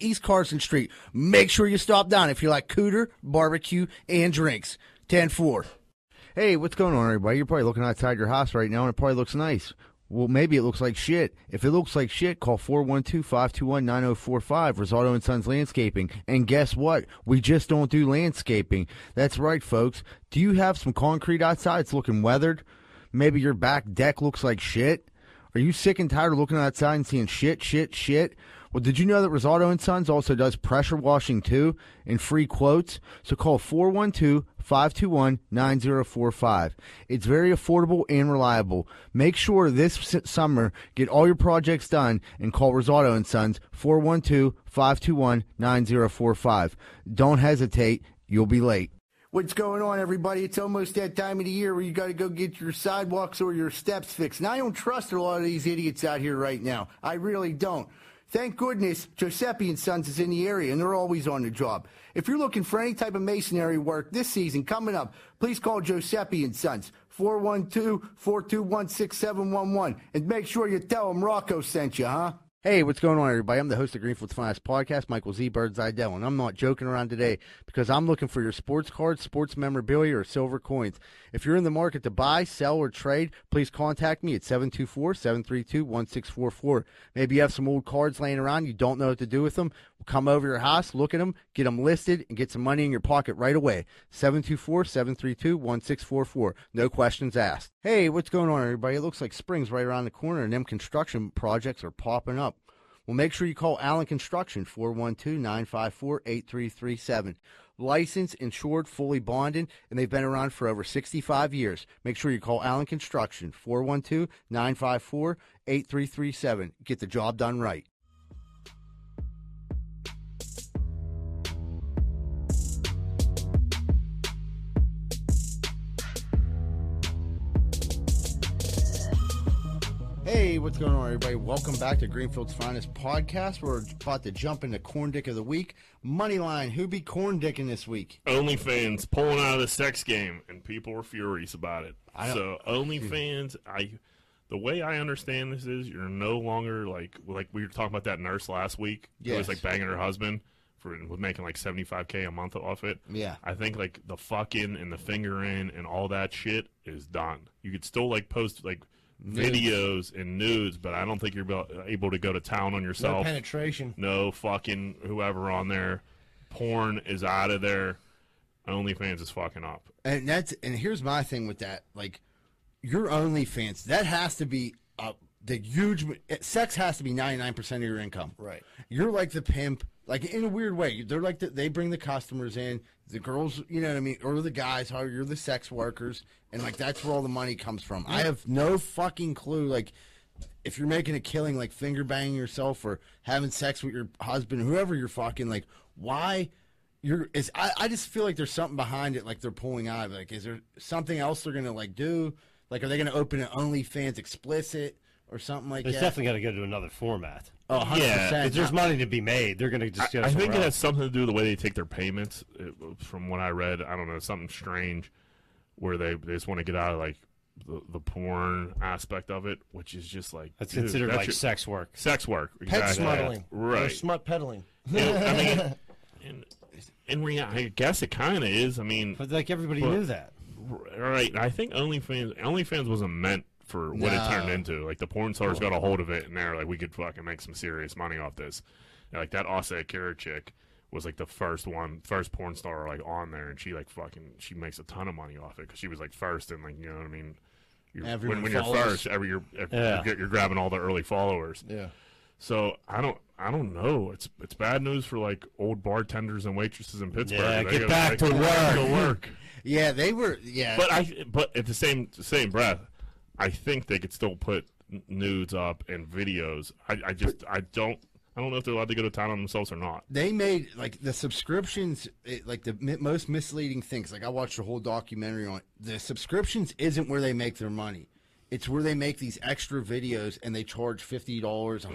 East Carson Street. Make sure you stop down if you like cooter, barbecue, and drinks. 10 4. Hey, what's going on, everybody? You're probably looking outside your house right now, and it probably looks nice. Well, maybe it looks like shit. If it looks like shit, call 412-521-9045, Rosato and Sons Landscaping. And guess what? We just don't do landscaping. That's right, folks. Do you have some concrete outside? It's looking weathered. Maybe your back deck looks like shit. Are you sick and tired of looking outside and seeing shit, shit, shit? Well, did you know that Rosato and Sons also does pressure washing too and free quotes? So call 412-521-9045. It's very affordable and reliable. Make sure this s- summer get all your projects done and call Rosato and Sons 412-521-9045. Don't hesitate, you'll be late. What's going on, everybody? It's almost that time of the year where you got to go get your sidewalks or your steps fixed. And I don't trust a lot of these idiots out here right now. I really don't. Thank goodness Giuseppe and Sons is in the area, and they're always on the job. If you're looking for any type of masonry work this season coming up, please call Giuseppe and Sons. 412-421-6711 and make sure you tell them Rocco sent you, huh? Hey, what's going on, everybody? I'm the host of Greenfield's Finest Podcast, Michael Z. Bird Zidell, and I'm not joking around today because I'm looking for your sports cards, sports memorabilia, or silver coins. If you're in the market to buy, sell, or trade, please contact me at 724-732-1644. Maybe you have some old cards laying around, you don't know what to do with them. Come over to your house, look at them, get them listed, and get some money in your pocket right away. 724-732-1644. No questions asked. Hey, what's going on, everybody? It looks like spring's right around the corner, and them construction projects are popping up. Well, make sure you call Allen Construction, 412-954-8337. Licensed, insured, fully bonded, and they've been around for over 65 years. Make sure you call Allen Construction, 412-954-8337. Get the job done right. Hey, what's going on, everybody? Welcome back to Greenfield's Finest Podcast. We're about to jump into Corn Dick of the Week. Moneyline, who be corn dicking this week? OnlyFans pulling out of the sex game, and people are furious about it. don't- So OnlyFans, I, the way I understand this is, you're no longer like like we were talking about that nurse last week who Yes. was like banging her husband for was making like seventy five k a month off it. Yeah. I think like the fucking and the fingering and all that shit is done. You could still like post like. Videos and nudes, but I don't think you're be- able to go to town on No yourself penetration. no fucking whoever on there. Porn is out of there. OnlyFans is fucking up. And that's and here's my thing with that. Like your OnlyFans, that has to be uh, the huge. Sex has to be ninety nine percent of your income. Right. You're like the pimp. Like in a weird way, they're like the, they bring the customers in. The girls, you know what I mean, or the guys. How you're the sex workers, and like that's where all the money comes from. I have no fucking clue. Like if you're making a killing, like finger banging yourself or having sex with your husband, whoever you're fucking, like why you're is I, I just feel like there's something behind it, like they're pulling out. of it. Like, is there something else they're gonna like do? Like, are they gonna open an OnlyFans explicit or something like It's that? definitely got to go to another format. oh, 100%. Yeah, If there's money to be made, they're going to just get I think somewhere it else. has something to do with the way they take their payments. It, from what I read, I don't know something strange where they, they just want to get out of like the, the porn aspect of it, which is just like That's dude, considered that's like your- sex work. sex work, Pet exactly. smuggling. Or right? smut peddling. Yeah, I (laughs) mean, in, in reality, I guess it kind of is. I mean, But like everybody knew that. Right. I think OnlyFans OnlyFans wasn't meant for what it turned into. Like the porn stars got a hold of it and they're like, we could fucking make some serious money off this. And, like that Asa Akira chick was like the first one, first porn star like on there, and she like fucking she makes a ton of money off it because she was like first and like you know what I mean. You're, when Everyone when you're follows. first, every you're, every- Yeah. you're you're grabbing all the early followers. Yeah. So I don't I don't know. It's it's bad news for like old bartenders and waitresses in Pittsburgh. Yeah, They gotta- get back they to gotta work. To work. Yeah, they were. Yeah, But I but at the same same breath, I think they could still put n- nudes up and videos. I, I just I don't I don't know if they're allowed to go to town on themselves or not. they made like the subscriptions it, like the mi- most misleading things like i watched a whole documentary on it. the subscriptions isn't where they make their money it's where they make these extra videos and they charge $50 $100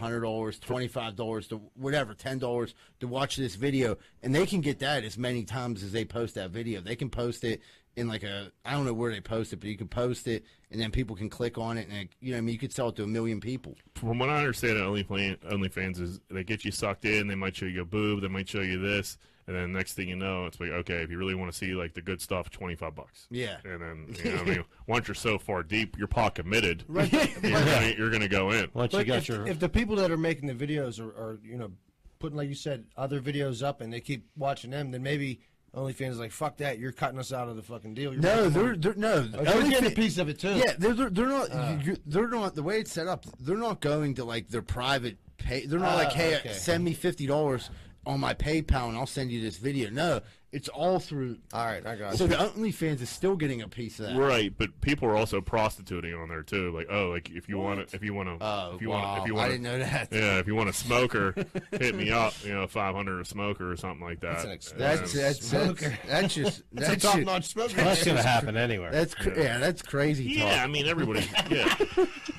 $25 to whatever $10 to watch this video and they can get that as many times as they post that video they can post it in like a i don't know where they post it but you can post it and then people can click on it and it, you know what i mean you could sell it to a million people From what I understand, only OnlyFans is they get you sucked in. They might show you a boob. They might show you this, and then next thing you know, it's like okay, if you really want to see like the good stuff, twenty five bucks. Yeah. and then you know what I mean. Once you're so far deep, you're pot committed. Right. You're, gonna, you're gonna go in. Once you But got if, your if the people that are making the videos are, are, you know, putting like you said other videos up and they keep watching them, then maybe OnlyFans is like, "Fuck that! You're cutting us out of the fucking deal." You're No, making they're, money." they're no. you're only getting a fa- piece of it, too. Yeah, they're they're, they're not. you, you- they're not the way it's set up. They're not going to like their private pay. They're not like, Ah, hey, okay. send me fifty dollars on my PayPal and I'll send you this video. No, it's all through. All right, I got it. So the OnlyFans is still getting a piece of that. Right, but people are also prostituting on there too. Like, oh, like if you want to, if you want to, Oh, if you wow. want, if you I want, didn't know that. Yeah, if you want a (laughs) smoker, hit me up. You know, five hundred a smoker or something like that. an expensive That's Yeah. that's that's, (laughs) that's just that's, That's a ju- top-notch smoker. (laughs) that's gonna happen anywhere. That's cr- yeah. that's crazy Yeah, I talk. mean (laughs) everybody. Yeah,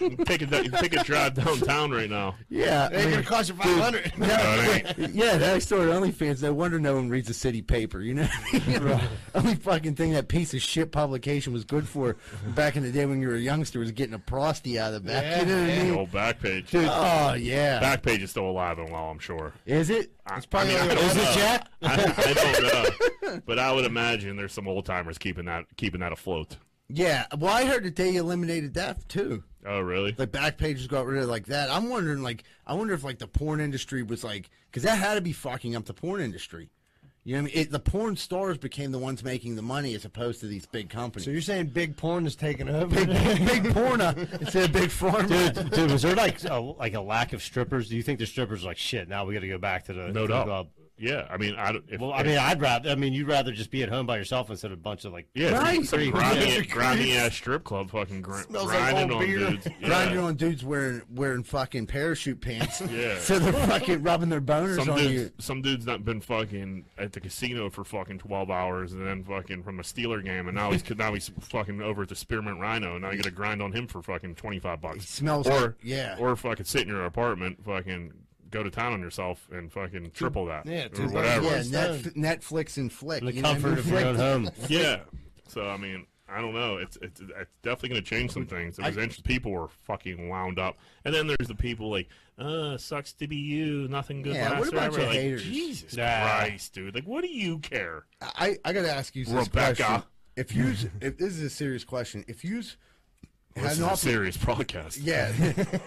you can take a you can take a drive downtown right (laughs) now. Yeah, I They're mean, gonna cost you five hundred. You know what I mean? yeah, that story OnlyFans. No wonder no one reads the city paper. You know, (laughs) only fucking thing that piece of shit publication was good for back in the day when you were a youngster was getting a prosty out of the back. you know what I The mean? old back page. Oh yeah, Back page is still alive and well, I'm sure. is it? It's probably I mean, I don't Is know. it Jack? I, I don't (laughs) know, but I would imagine there's some old timers keeping that keeping that afloat. Yeah. Well, I heard that they eliminated that too. Oh, really? Like Backpages got rid of like that. I'm wondering, like, I wonder if like the porn industry was like, because that had to be fucking up the porn industry. You know, what I mean, it, the porn stars became the ones making the money as opposed to these big companies. So you're saying big porn is taking over? big porna instead of big pharma. dude, dude, was there like a, like a lack of strippers? Do you think the strippers are like shit? Now we got to go back to No the, to the doubt. club. Yeah, I mean, I don't. If, Well, I mean, I'd rather. I mean, you'd rather just be at home by yourself instead of a bunch of like. yeah, if Right. you- some Creep. grimy, grimy ass strip club, fucking gr- Smells like grinding old on beer. dudes. Yeah. (laughs) Grinding on dudes wearing wearing fucking parachute pants. (laughs) Yeah. So they're fucking rubbing their boners Some on dudes, you. some dude's not been fucking at the casino for fucking twelve hours, and then fucking from a Steeler game, and now he's now he's fucking over at the Spearmint Rhino, and now you got to grind on him for fucking twenty five bucks. He smells or like- yeah. or fucking sit in your apartment, fucking go to town on yourself, and fucking triple that, yeah, two or bucks. whatever. Yeah, Yeah. Netf- Netflix and Flick. The you know, comfort of your Flick- own home. So I mean, I don't know. It's it's, it's definitely going to change some things. It was interesting. People were fucking wound up, and then there's the people like, uh, sucks to be you. Nothing good Yeah, lasts what about forever." your like, haters? Jesus Nah. Christ, dude! Like, what do you care? I, I gotta ask you this Rebecca. question. If you (laughs) if this is a serious question, if you This had is an a opportunity serious broadcast. Yeah.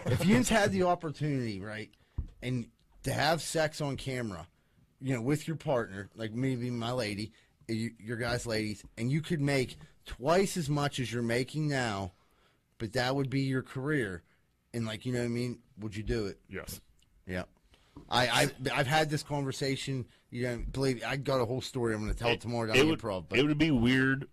if you've had the opportunity, right, and to have sex on camera, you know, with your partner, like maybe my lady, you, your guys' ladies, and you could make twice as much as you're making now, but that would be your career, and like you know what I mean, would you do it? Yes. Yeah. I, I I've had this conversation. You know, believe I got a whole story. I'm going to tell tomorrow down it the would, improv. it would be weird.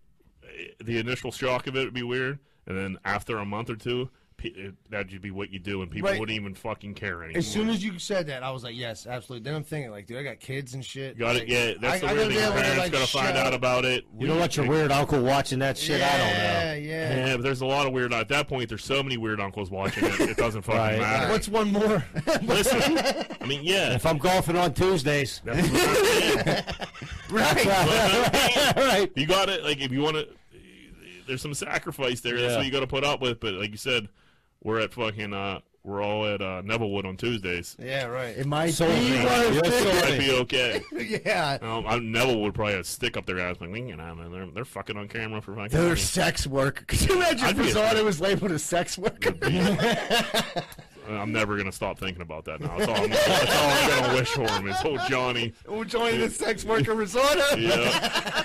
Eh, The initial shock of it would be weird, and then after a month or two, pe- it, that'd be what you do, and people Right. wouldn't even fucking care anymore. As soon as you said that, I was like, yes, absolutely. Then I'm thinking, like, dude, I got kids and shit. got it? Like, Yeah, that's I- the I weird gotta thing. be Your able to, parents like, gotta find shut- out about it. You don't want your weird uncle watching that shit. Yeah, yeah. Yeah, but there's a lot of weird. At that point, there's so many weird uncles watching it. It doesn't fucking Right. matter. What's one more? Listen, I mean, yeah. (laughs) (laughs) If I'm golfing on Tuesdays, that's what I'm saying. right? (laughs) right. You got to like if you want to. There's some sacrifice there. That's Yeah. what you got to put up with. But like you said, we're at fucking. Uh, we're all at uh, Nevillewood on Tuesdays. yeah, right. it might Sold be me. (laughs) worth You're it. sold Might me. be okay. Yeah, Um, I, Neville would probably have a stick up their ass like, you know, man, they're, they're fucking on camera for fucking. (laughs) they're sex worker. Could you imagine I'd if be a- Rosado was labeled a sex worker? I I'm never gonna stop thinking about that now. That's all I'm, that's all I'm gonna wish for him is old (laughs) Johnny. We'll join the sex worker resort. Yeah,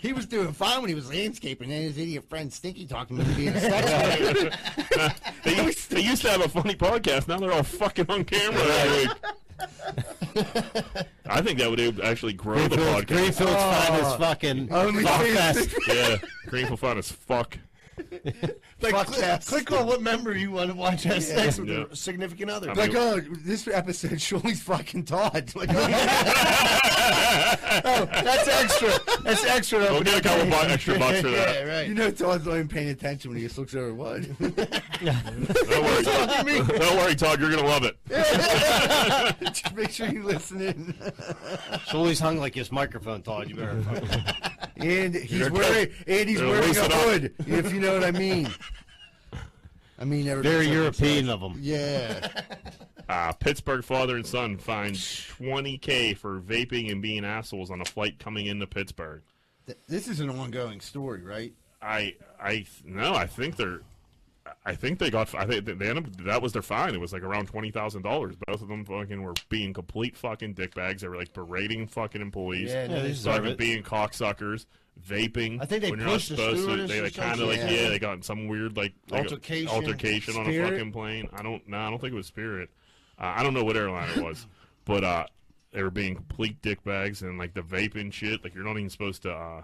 He was doing fine when he was landscaping, and his idiot friend Stinky talking to him being a sex worker. they, used- they used to have a funny podcast. Now they're all fucking on camera. every week. I think that would actually grow the Greenfield's, podcast. Greenfield's finest fucking Oh. Only fuck thing- fest. Yeah, Greenfield fun as fuck. Like, cl- click on what member you want to watch us. Sex with Yeah. a significant other. I mean, Like, oh, this episode, (laughs) Shuley's fucking Todd. (laughs) Like, oh, that's extra. That's extra. We'll get a couple bu- extra bucks for that. Yeah, right. You know, Todd's not even paying attention when he just looks over (laughs) what. Don't worry, Todd. Don't worry, Todd. You're gonna love it. Just make sure you listen in. Shuley's hung like his microphone, Todd. You better. (laughs) And he's They're wearing, and he's they're wearing loosening a up. hood, if you know what I mean. I mean, every- Very European of them. Yeah. Uh, Pittsburgh father and son fined 20k for vaping and being assholes on a flight coming into Pittsburgh. Th- This is an ongoing story, right? I I no, I think they're. I think they got. I think they ended up. That was their fine. It was like around twenty thousand dollars. Both of them fucking were being complete fucking dickbags. They were like berating fucking employees. Yeah, no, they deserve fucking it. being cocksuckers, vaping. I think they when you're not pushed the supposed to. stewardess They or like kind of something. like yeah. Yeah. they got in some weird like like, Altercation, altercation on a Spirit? fucking plane. I don't no, I don't think it was Spirit. Uh, I don't know what airline it was, but uh, they were being complete dickbags and like the vaping shit. Like you're not even supposed to. Uh,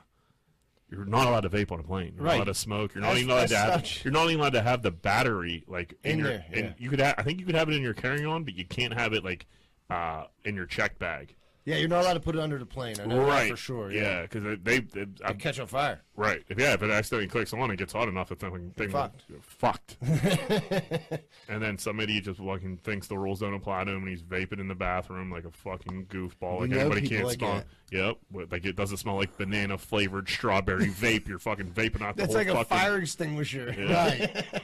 you're not allowed to vape on a plane. You're Right. not allowed to smoke. You're not As- even allowed as to have. such. You're not even allowed to have the battery like in, In your. there, And yeah. you could. Ha- I think you could have it in your carry on, but you can't have it like uh, in your check bag. Yeah, you're not allowed to put it under the plane. I know that right. for sure. Yeah, Yeah, because they. they, I, It'd catch on fire. Right. If, yeah, if it accidentally clicks on and gets hot enough, it's thing thing Fucked. fucked. (laughs) and then some idiot just fucking thinks the rules don't apply to him, and he's vaping in the bathroom like a fucking goofball. We Like know anybody people can't like smell. that. Yep. but, Like it doesn't smell like banana flavored strawberry vape. You're fucking vaping out the That's whole like a fucking. fire extinguisher. Yeah. (laughs) Right.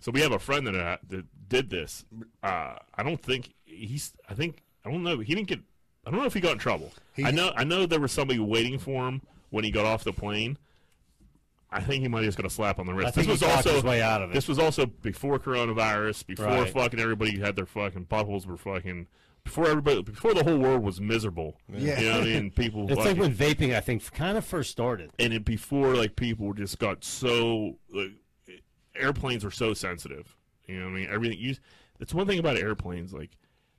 So we have a friend that, uh, that did this. Uh, I don't think he's. I think I don't know. He didn't get. I don't know if he got in trouble. I know. I know there was somebody waiting for him when he got off the plane. I think he might have just got a slap on the wrist. I think this he was talked also his way out of it. This was also before coronavirus. Before Right. fucking everybody had their fucking buttholes were fucking. Before everybody, before the whole world was miserable. Yeah. You know what I (laughs) mean? People. It's like fucking- when vaping, I think, kind of first started. and it before like people just got so like, airplanes were so sensitive. You know what I mean? Everything you that's one thing about airplanes like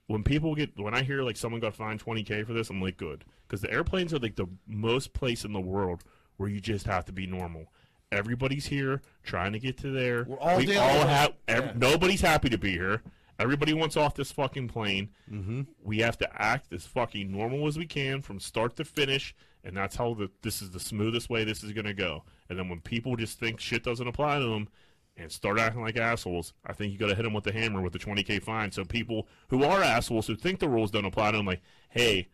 when people get when I hear like someone got fined 20k for this, I'm like good cuz the airplanes are like the most place in the world where you just have to be normal. Everybody's here trying to get to there. We're all dealing with- ha- ev- nobody's happy to be here. Everybody wants off this fucking plane. We have to act as fucking normal as we can from start to finish, and that's how the, this is the smoothest way this is going to go. And then when people just think shit doesn't apply to them and start acting like assholes, I think you got to hit them with the hammer with the 20K fine. So people who are assholes who think the rules don't apply to them, like, hey,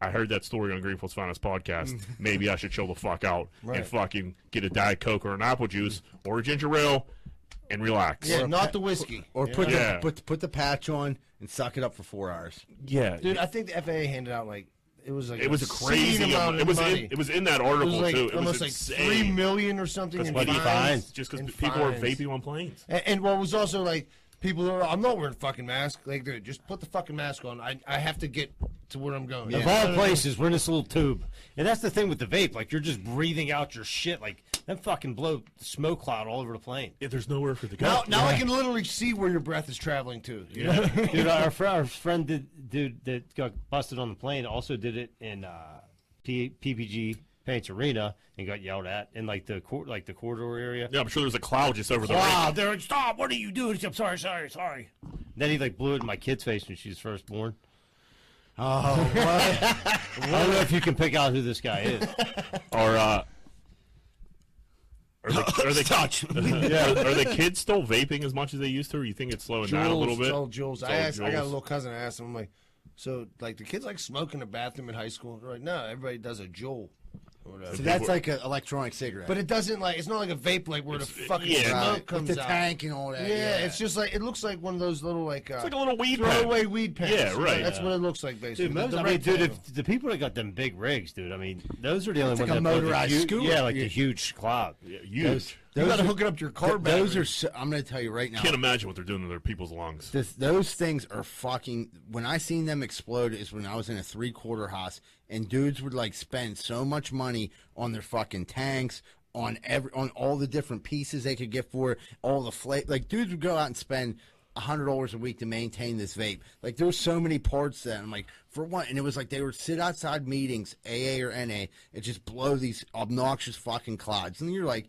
I heard that story on Greenfield's Finest podcast. (laughs) Maybe I should chill the fuck out and fucking get a Diet Coke or an apple juice or a ginger ale and relax. Yeah, not the whiskey. Or Yeah. put Yeah. the put put the patch on and suck it up for four hours. yeah. Dude, I think the FAA handed out like it was like It was a obscene crazy amount amount. of It was money. in, it was in that It article was like too. It was almost like insane. three million or something in What fines, he finds, just because and people are fines. vaping on planes. And, and what was also like, people are, I'm not wearing a fucking mask. Like, dude, just put the fucking mask on. I, I have to get to where I'm going. Of all places, we're in this little tube, and that's the thing with the vape. Like you're just breathing out your shit. Like that fucking blow smoke cloud all over (laughs) the plane. Yeah, there's nowhere for the go. Now, now I can literally see where your breath is traveling to. (laughs) You know? dude, our, fr- our friend did, dude that got busted on the plane also did it in uh, P- PPG Paints Arena and got yelled at in like the court, like the corridor area. yeah, I'm sure there's a cloud just over the. Wow, Wow. they're like, stop! What are you doing? He's, I'm sorry, sorry, sorry. Then he like blew it in my kid's face when she was first born. Oh, (laughs) I don't know if you can pick out who this guy is. Or uh, are the, (laughs) are the Touch. yeah, are the kids still vaping as much as they used to? Or you think it's slowing down a little bit? It's all Jules. It's I all asked, I got a Jules. little cousin. I asked him, I'm like, so like the kids like smoke in the bathroom in high school. They're like, no, everybody does a Juul. whatever. So that's like an electronic cigarette. but it doesn't like it's not like a vape like where the It's- fucking yeah, Right. smoke With comes the out. tank and all yeah, that. it's just like it looks like one of those little like, uh, It's like a little weed pen. throwaway weed pens. Yeah, right. That's what it looks like basically. Dude, The- most, the I mean, dude, rectangle. if the people that got them big rigs, dude, I mean, those are the only It's ones like a that built the motorized huge- scooter. Yeah, like Yeah. the huge cloud. Yeah, huge. those, you those gotta are, hook it up to your car. th- those battery. are. So, I'm going to tell you right now. Can't imagine what they're doing to their people's lungs. This, those things are fucking. When I seen them explode is when I was in a three quarter house, and dudes would like spend so much money on their fucking tanks, on every, on all the different pieces they could get for it, all the fla Like dudes would go out and spend a hundred dollars a week to maintain this vape. Like there was so many parts that I'm like, for what? And it was like they would sit outside meetings, AA or NA, and just blow these obnoxious fucking clods, and you're like.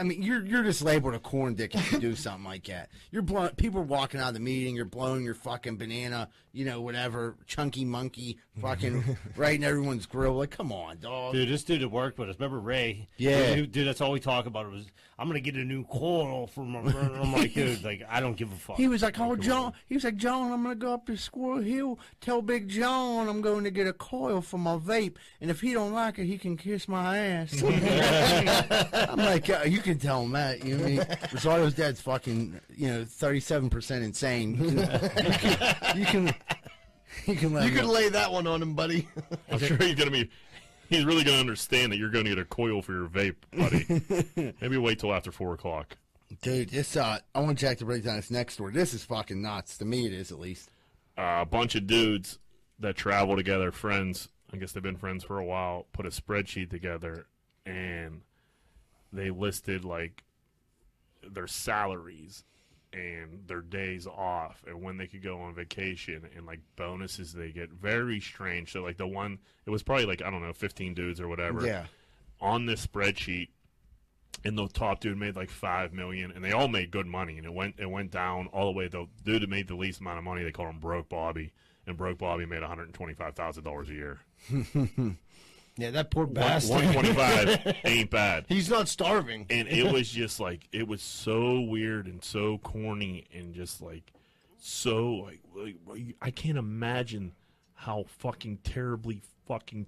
I mean, you're you're just labeled a corn dick if you do something like that. You're blowing people are walking out of the meeting. You're blowing your fucking banana, you know, whatever, chunky monkey, fucking right in everyone's grill. Like, come on, dog. Dude, this dude that worked with us, remember Ray? Yeah. Dude, dude, that's all we talk about was, I'm going to get a new coil for my burner. I'm like, dude, like, I don't give a fuck. He was like, "Oh, John." He was like, "John, I'm gonna go up to Squirrel Hill, tell Big John I'm going to get a coil for my vape, and if he don't like it, he can kiss my ass." I'm like, uh, "You can tell him that." You know what I mean? Rosado's dad's fucking, you know, 37 percent insane. (laughs) You can, you can, you can let you him could know. lay that one on (laughs) him, buddy. I'm sure he's gonna be. He's really gonna understand that you're gonna get a coil for your vape, buddy. (laughs) Maybe wait till after four o'clock. dude. This, uh, I want Jack to break down this next story. This is fucking nuts. To me, it is at least. uh, a bunch of dudes that travel together, friends. I guess they've been friends for a while. Put a spreadsheet together, and they listed like their salaries and their days off and when they could go on vacation and like bonuses they get. Very strange. So like the one, it was probably like I don't know, fifteen dudes or whatever. Yeah. On this spreadsheet, and the top dude made like five million, and they all made good money, and it went it went down all the way. The dude that made the least amount of money, they called him Broke Bobby, and Broke Bobby made one hundred twenty five thousand dollars a year. Yeah, that poor One bastard. twenty five ain't bad. (laughs) He's not starving. And it was just like it was so weird and so corny and just like so like, like well, you- I can't imagine how fucking terribly fucking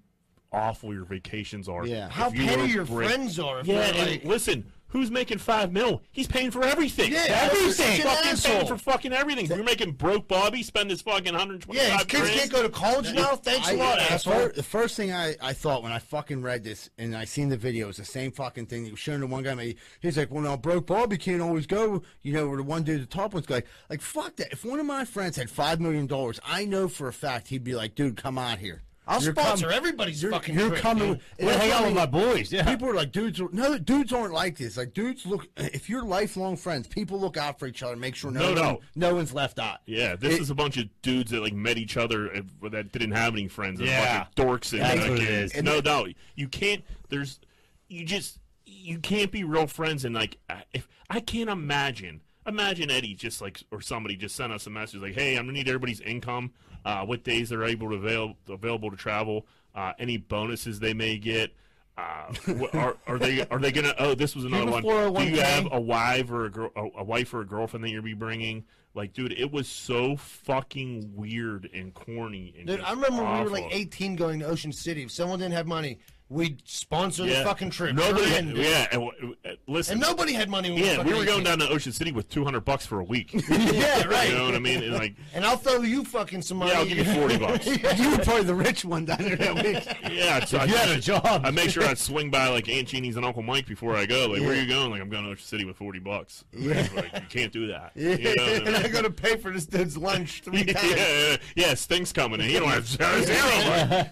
awful your vacations are. Yeah. if How you were petty your broke. friends are. If Yeah, they're and like, listen, who's making five mil? He's paying for everything. Yeah, that's everything. a fucking Fucking paying asshole. for fucking everything. You're making broke Bobby spend his fucking 125 yeah, his kids grand. can't go to college now. Thanks a I- lot, the asshole. fir- the first thing I, I thought when I fucking read this and I seen the video was the same fucking thing. He was showing to one guy. mate, He's like, "Well, now broke Bobby can't always go." You know, where the one dude, the top one's like, "Like fuck that." If one of my friends had five million dollars, I know for a fact he'd be like, "Dude, come out here." I'll You're sponsor com- everybody's You're, fucking you're trip, coming. dude. and Well, that's hang what out I with mean. my boys. Yeah. People are like, dudes. are- No, dudes aren't like this. Like, dudes look. If you're lifelong friends, people look out for each other. Make sure no, No, no. one- no one's left out. Yeah, this It- is a bunch of dudes that like met each other and- that didn't have any friends. and Yeah. a bunch of dorks. And That's like, what it and- is. No doubt, you can't. There's, you just you can't be real friends. And like, I- if I can't imagine, imagine Eddie just like or somebody just sent us a message like, "Hey, I'm gonna need everybody's income, uh, what days they're able to avail available to travel, uh, any bonuses they may get." Uh, wh- are, are they are they gonna? Oh, this was another Give a one. Do you 401k. have a wife or a girl, a, a wife or a girlfriend that you'd be bringing. Like, dude, it was so fucking weird and corny. And Dude, just I remember when we were awful. like 18 going to Ocean City. If someone didn't have money, we'd sponsor Yeah. the fucking trip. Nobody, Sure, and- yeah, and, w- uh, listen, And nobody had money. When yeah, we we were were fucking (laughs) going 18. down to Ocean City with two hundred bucks for a week. you (laughs) yeah, right. know what I mean? And (laughs) like, And I'll throw you fucking some money. yeah, I'll give you (laughs) forty bucks. (laughs) You were probably the rich one down there that week. (laughs) Yeah, (laughs) so I, you had a job. I make sure I swing by like Aunt Jeannie's and Uncle Mike before I go. Like, where are you going? Like, I'm going to Ocean City with forty bucks. Like, you can't do (laughs) that. You know what I mean? and I go to pay for this dude's lunch three (laughs) yeah, times. yeah, yeah, Stink's coming in. He don't (laughs) have zero.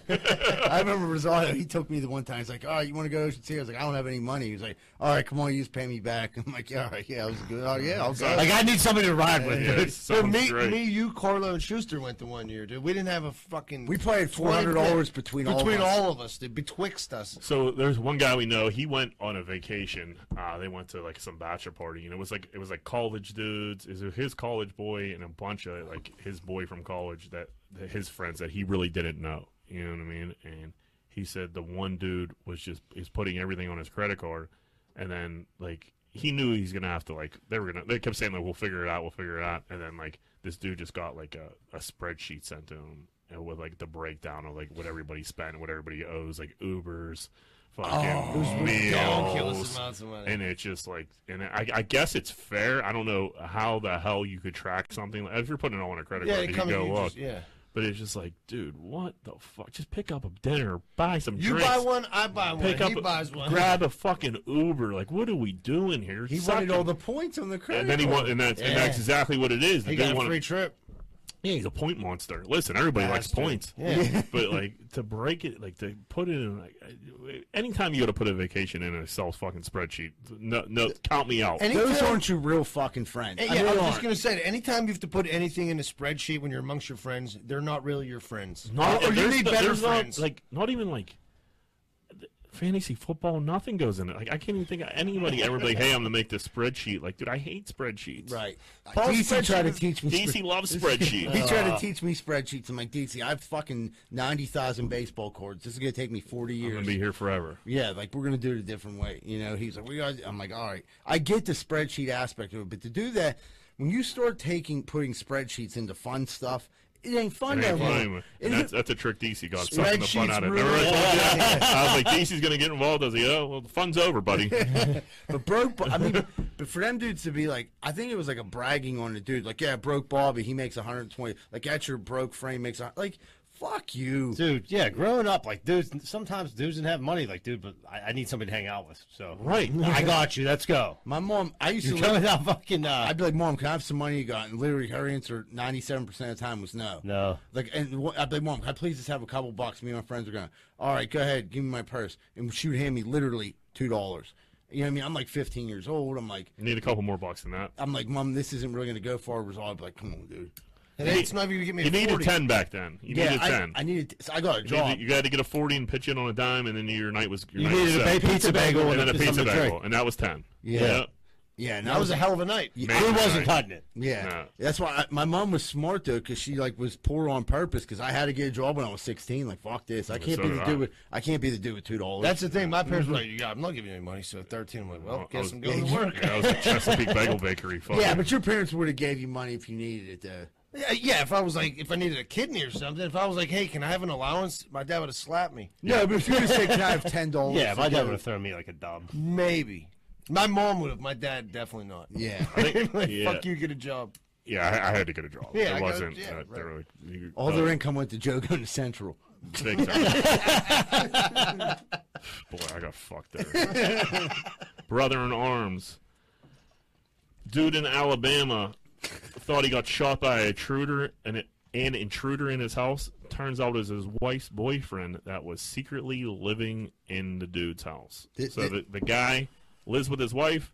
bucks. I remember Rosado. He took me the one time. He's like, "All right, you want to go to Ocean City?" I was like, "I don't have any money." He was like, "All right, come on, you just pay me back." (laughs) I'm like, "Yeah, all right, yeah, I was good. Oh yeah, I'll go." Like, I need somebody to ride with. Yeah, dude. Dude, sounds me, great. me, you, Carlo, and Schuster went the one year, dude. We didn't have a fucking. (laughs) We played $400 between all of between us. all of us, dude. Betwixt us. So there's one guy we know. He went on a vacation. Uh, they went to like some bachelor party, and it was like it was like college dudes. Is his college boy and a bunch of like his boy from college that that his friends that he really didn't know. You know what I mean? And he said the one dude was just he's putting everything on his credit card, and then like he knew he's gonna have to like they were gonna they kept saying like we'll figure it out, we'll figure it out, and then like this dude just got like a, a spreadsheet sent to him and with like the breakdown of like what everybody spent, what everybody owes, like Ubers, Oh, fucking ridiculous meals, amounts of money. and it's just like, and I, I guess it's fair. I don't know how the hell you could track something if you're putting it on a credit Yeah, card. it you comes. go you look, just- yeah. but it's just like, dude, what the fuck? Just pick up a dinner, buy some You drinks, buy one, I buy one. pick he up, a- buys one. grab a fucking Uber. Like, what are we doing here? He Sucking. wanted all the points on the credit. And then he card. want, and that's, and Yeah. that's exactly what it is. He They got a wanna- free trip. yeah, he's a point monster. Listen, everybody likes points. Yeah. (laughs) (laughs) but like to break it, like to put it in, like I- anytime you got to put a vacation in an Excel fucking spreadsheet, no, no, count me out. Any- Those aren't your real fucking friends. Yeah, I was just gonna say. that Anytime you have to put anything in a spreadsheet when you're amongst your friends, they're not really your friends. Not- or, or Oh, you there's need no- better there's not, friends. like not even like th- fantasy football. Nothing goes in it. Like I can't even think of anybody ever be like, hey, I'm gonna make this spreadsheet. Like, dude, I hate spreadsheets. Right. Paul DC tried to spreadsheet- teach me. DC spread- (laughs) loves spreadsheets. he tried to teach me spreadsheets. I'm like, DC, I have fucking 90,000 baseball cards. This is going to take me 40 I'm years. gonna be here forever. yeah, like, we're going to do it a different way. You know, he's like, we got, I'm like, all right. I get the spreadsheet aspect of it, but to do that, when you start taking, putting spreadsheets into fun stuff, it ain't fun It ain't no more. fun anymore. It And that's, isn't- that's a trick DC got. Sucking the fun Spreadsheets out of it. ruin Remember I, told you all that? I was like, DC's going to get involved. I was like, oh, well, the fun's over, buddy. But broke, Bo- I mean, but for them dudes to be like, I think it was like a bragging on the dude, like, yeah, broke Bobby, he makes 120. Like, at your broke frame makes a, like, fuck you, dude. Yeah, growing up, like dudes, sometimes dudes didn't have money. Like, dude, but I, I need somebody to hang out with. So right? I got you. Let's (laughs) go. My mom, I used You're to. Live, coming out fucking. Uh, I'd be like, "Mom, can I have some money you got?" And literally, her answer ninety-seven percent of the time was no. No. Like, and wh- I'd be like, "Mom, can I please just have a couple bucks?" Me and my friends are going, "All right, go ahead, give me my purse," and she would hand me literally two dollars. You know what I mean? I'm like 15 years old. I'm like, Need a couple more bucks than that. I'm like, Mom, this isn't really going to go far. So I'd be like, "Come on, dude." and it's not even give me You a needed 40. 10 back then. You needed I, 10. I needed. So I got You a needed- job. you had to get a 40 and pitch in on a dime, and then your night was your you night was needed a set. ba- pizza bagel and then a pizza something to drink. bagel, and that was 10. Yeah. Yep. yeah, and That was a hell of a night. Man, He right. wasn't cutting it. Yeah, No. that's why I, my mom was smart though, because she like was poor on purpose. Because I had to get a job when I was sixteen. Like fuck this, I can't so be did the I. dude with I can't be the dude with two dollars. That's the thing. My parents were like, "Yeah, I'm not giving you any money." So at 13, I'm like, "Well, Well, Mm-hmm. I guess was- I'm going to work." Yeah, that was a Chesapeake Bagel Bakery. Fuck yeah, but your parents would have gave you money if you needed it though. Yeah, yeah, if I was like, if I needed a kidney or something, if I was like, "Hey, can I have an allowance?" My dad would have slapped me. No, but if you just say, "Can I have ten dollars?" Yeah, my dad would have thrown me like a dub. Maybe. My mom would have. My dad definitely not. (laughs) Yeah, like, yeah. Fuck you, get (laughs) a job. yeah I, I had to get a job. Yeah, I it got- wasn't. yeah, uh, there were- you- all uh, their income went to Joe going to Central. Big time. (laughs) Boy, I got fucked there. Brother in arms. Dude in Alabama thought he got shot by a intruder and an intruder in his house. Turns out it was his wife's boyfriend that was secretly living in the dude's house. Did- so did- the, the guy lives with his wife,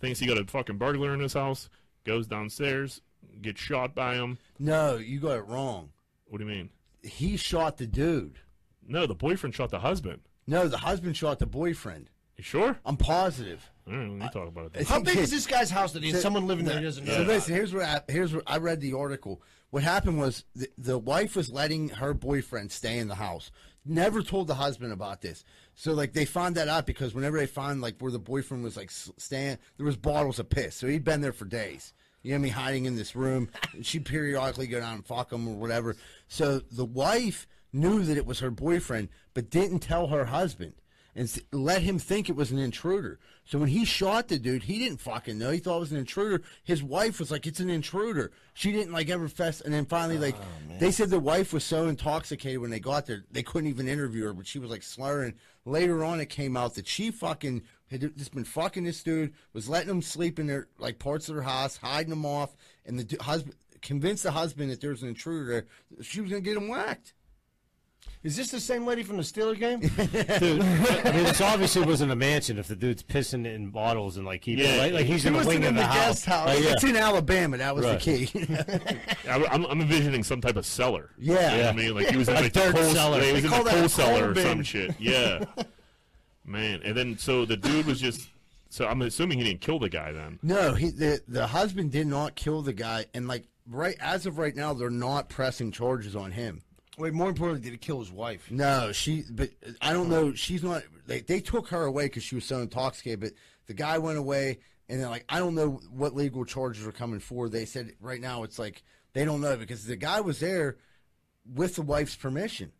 thinks he got a fucking burglar in his house, goes downstairs, gets shot by him. No, you got it wrong. What do you mean? He shot the dude. No, the boyfriend shot the husband. No, the husband shot the boyfriend. You sure? I'm positive. I don't know. You Mm, talk about it. then. (laughs) It's- How big is this guy's house that he has So- someone living there no. he doesn't know? So about? listen, here's what I, here's what I read the article. What happened was the, the wife was letting her boyfriend stay in the house. Never told the husband about this. So like they found that out because whenever they found like where the boyfriend was like s- staying, there was bottles of piss. So he'd been there for days. You know what I mean? Hiding in this room. And she'd periodically go down and fuck him or whatever. So the wife knew that it was her boyfriend, but didn't tell her husband and s- let him think it was an intruder. So when he shot the dude, he didn't fucking know. He thought it was an intruder. His wife was like, "It's an intruder." She didn't like ever fess. And then finally, like Oh, they said, the wife was so intoxicated when they got there, they couldn't even interview her. But she was like slurring. Later on, it came out that she fucking had just been fucking this dude, was letting him sleep in their like parts of their house, hiding him off, and the du- husband convinced the husband that there was an intruder there. She was gonna get him whacked. Is this the same lady from the Steeler (laughs) game? (laughs) Dude, I mean, this obviously wasn't a mansion if the dude's pissing in bottles and like keeping Yeah. like, like he's in the wasn't wing of the, house. Like, yeah. It's in Alabama. That was Right. the key. (laughs) I, I'm, I'm envisioning some type of cellar. Yeah. You know what I mean, like he was in (laughs) A like dirt coal cellar. He was in They the call that a coal coal cellar or bin. some (laughs) shit. Yeah, man. And then so the dude was just. So I'm assuming he didn't kill the guy then. No, he the the husband did not kill the guy, and like right as of right now, they're not pressing charges on him. Wait, more importantly, did he kill his wife? No, she, but I don't know. She's not. They they took her away because she was so intoxicated. But the guy went away, and then like I don't know what legal charges are coming for. They said right now it's like they don't know because the guy was there with the wife's permission,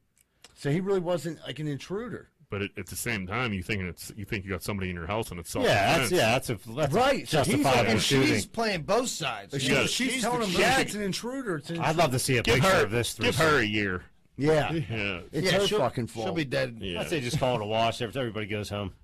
so he really wasn't like an intruder. But at, at the same time, you think it's you think you got somebody in your house and it's self Yeah, defense. that's yeah, that's a that's a Right, so he's justifiable and shooting. she's playing both sides. She- Yeah. she's, She's telling the him, chick. yeah, it's an intruder. It's an I'd love to see a Give picture her of this. give threesome. her a year. (laughs) yeah. Yeah, It's yeah, her she'll- fucking fault. She'll be dead. yeah. I'd say just call it a wash. Every- Everybody goes home.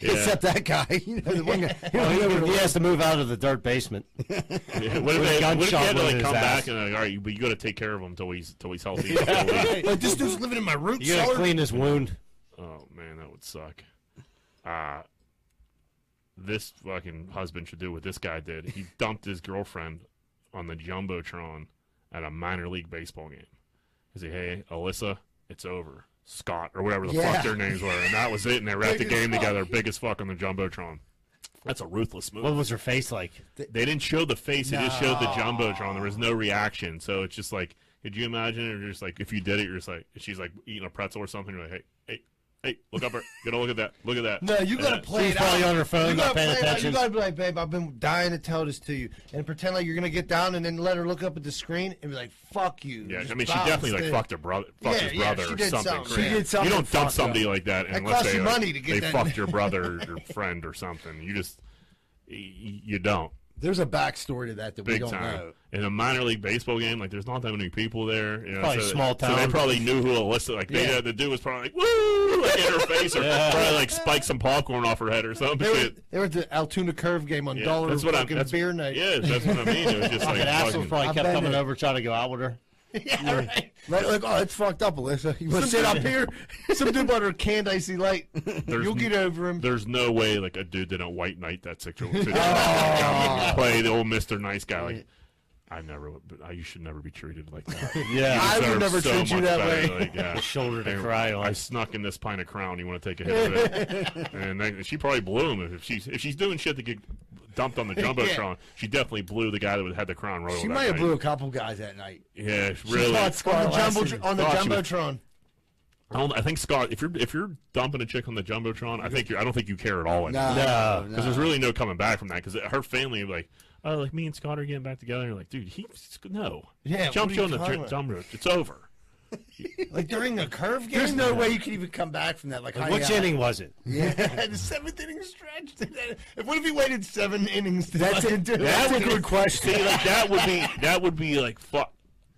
Except that guy. (laughs) You know, the one guy. Oh, He Well, was he, over he there. has to move out of the dirt basement. Yeah, What if, With a they, what if you gunshot had to wound like in come his back ass. and like, all right, you, but you got to take care of him till he's till he's (laughs) healthy. Till he- Like this dude's living in my root You gotta cellar. clean his wound. oh man, that would suck. Uh this fucking husband should do what this guy did. He dumped his girlfriend on the jumbotron at a minor league baseball game. He said, "Hey, Alyssa, it's over." Scott or whatever the Yeah. fuck their names were, and that was it. And they wrapped the Big as game fuck. together, big as fuck on the jumbotron. That's a ruthless move. What was her face like? They didn't show the face. They just showed the jumbotron. There was no reaction. So it's just like, could you imagine? Or just like, if you did it, you're just like, she's like eating a pretzel or something. You're like, hey, hey, hey, look up her. You gotta look at that. Look at that. No, you And gotta that- play She's it out. probably on her phone, you not gotta paying play it out. attention. You gotta be like, babe, I've been dying to tell this to you, and pretend like you're gonna get down, and then let her look up at the screen and be like, "Fuck you." Yeah, Just I mean, she bounce definitely like it. fucked her brother, fucked Yeah, his yeah, brother she or did something. something. crazy. She did You something don't dump fucked somebody like that unless cost they you like, money to get they that- (laughs) fucked your brother or friend or something. You just y- you don't. There's a backstory to that that we big don't time. know. In a minor league baseball game, like there's not that many people there. You know, Probably so, small So town. they probably knew who Alyssa. Like they Yeah. uh, the dude was probably like woo like, in her face, (laughs) or Yeah. probably like spiked some popcorn off her head or something. They were, they were at the Altoona Curve game on yeah, Dollar that's what I'm. fucking That's, beer night. Yeah, that's what I mean. It was (laughs) just like Fucking asshole fucking- probably I've kept been coming there. over trying to go out with her. Yeah, right. Like, like, oh, it's fucked up, Alyssa. You want to (laughs) sit (laughs) up here? Some dude bought her canned icy light. There's You'll get over him. There's no way like a dude didn't white knight that (laughs) situation. Come Oh. and play the old Mister Nice Guy. Like I never. But I, you should never be treated like (laughs) that. Yeah. I would deserve never so treat you much that better. way. Like, yeah. Shoulder to Hey, cry on. I snuck in this pint of Crown. You want to take a hit of (laughs) it? and then she probably blew him if she's if she's doing shit to get dumped (laughs) on the jumbotron. She definitely blew the guy that had the crown royal. She that might have night. blew a couple guys that night. Yeah, really. caught on Scott the, jumbo, Lassen. on the Thought she was- jumbotron. I, don't, I think Scott. If you're if you're dumping a chick on the jumbotron, I think you're. I don't think you care at all. anymore. No, No, Because there's really no coming back from that. Because her family, like, oh, like me and Scott are getting back together. And like, dude, he no, Yeah, He jumped what are you you on the talking dr- about? jump rope. It's over. Like during the curve game. There's no way you could even come back from that. Like, hi, Which uh, inning was it? Yeah, the (laughs) seventh inning stretch. (laughs) what if he waited seven innings to That's fucking it. do it? That's a good See, question. like that would be that would be like fuck.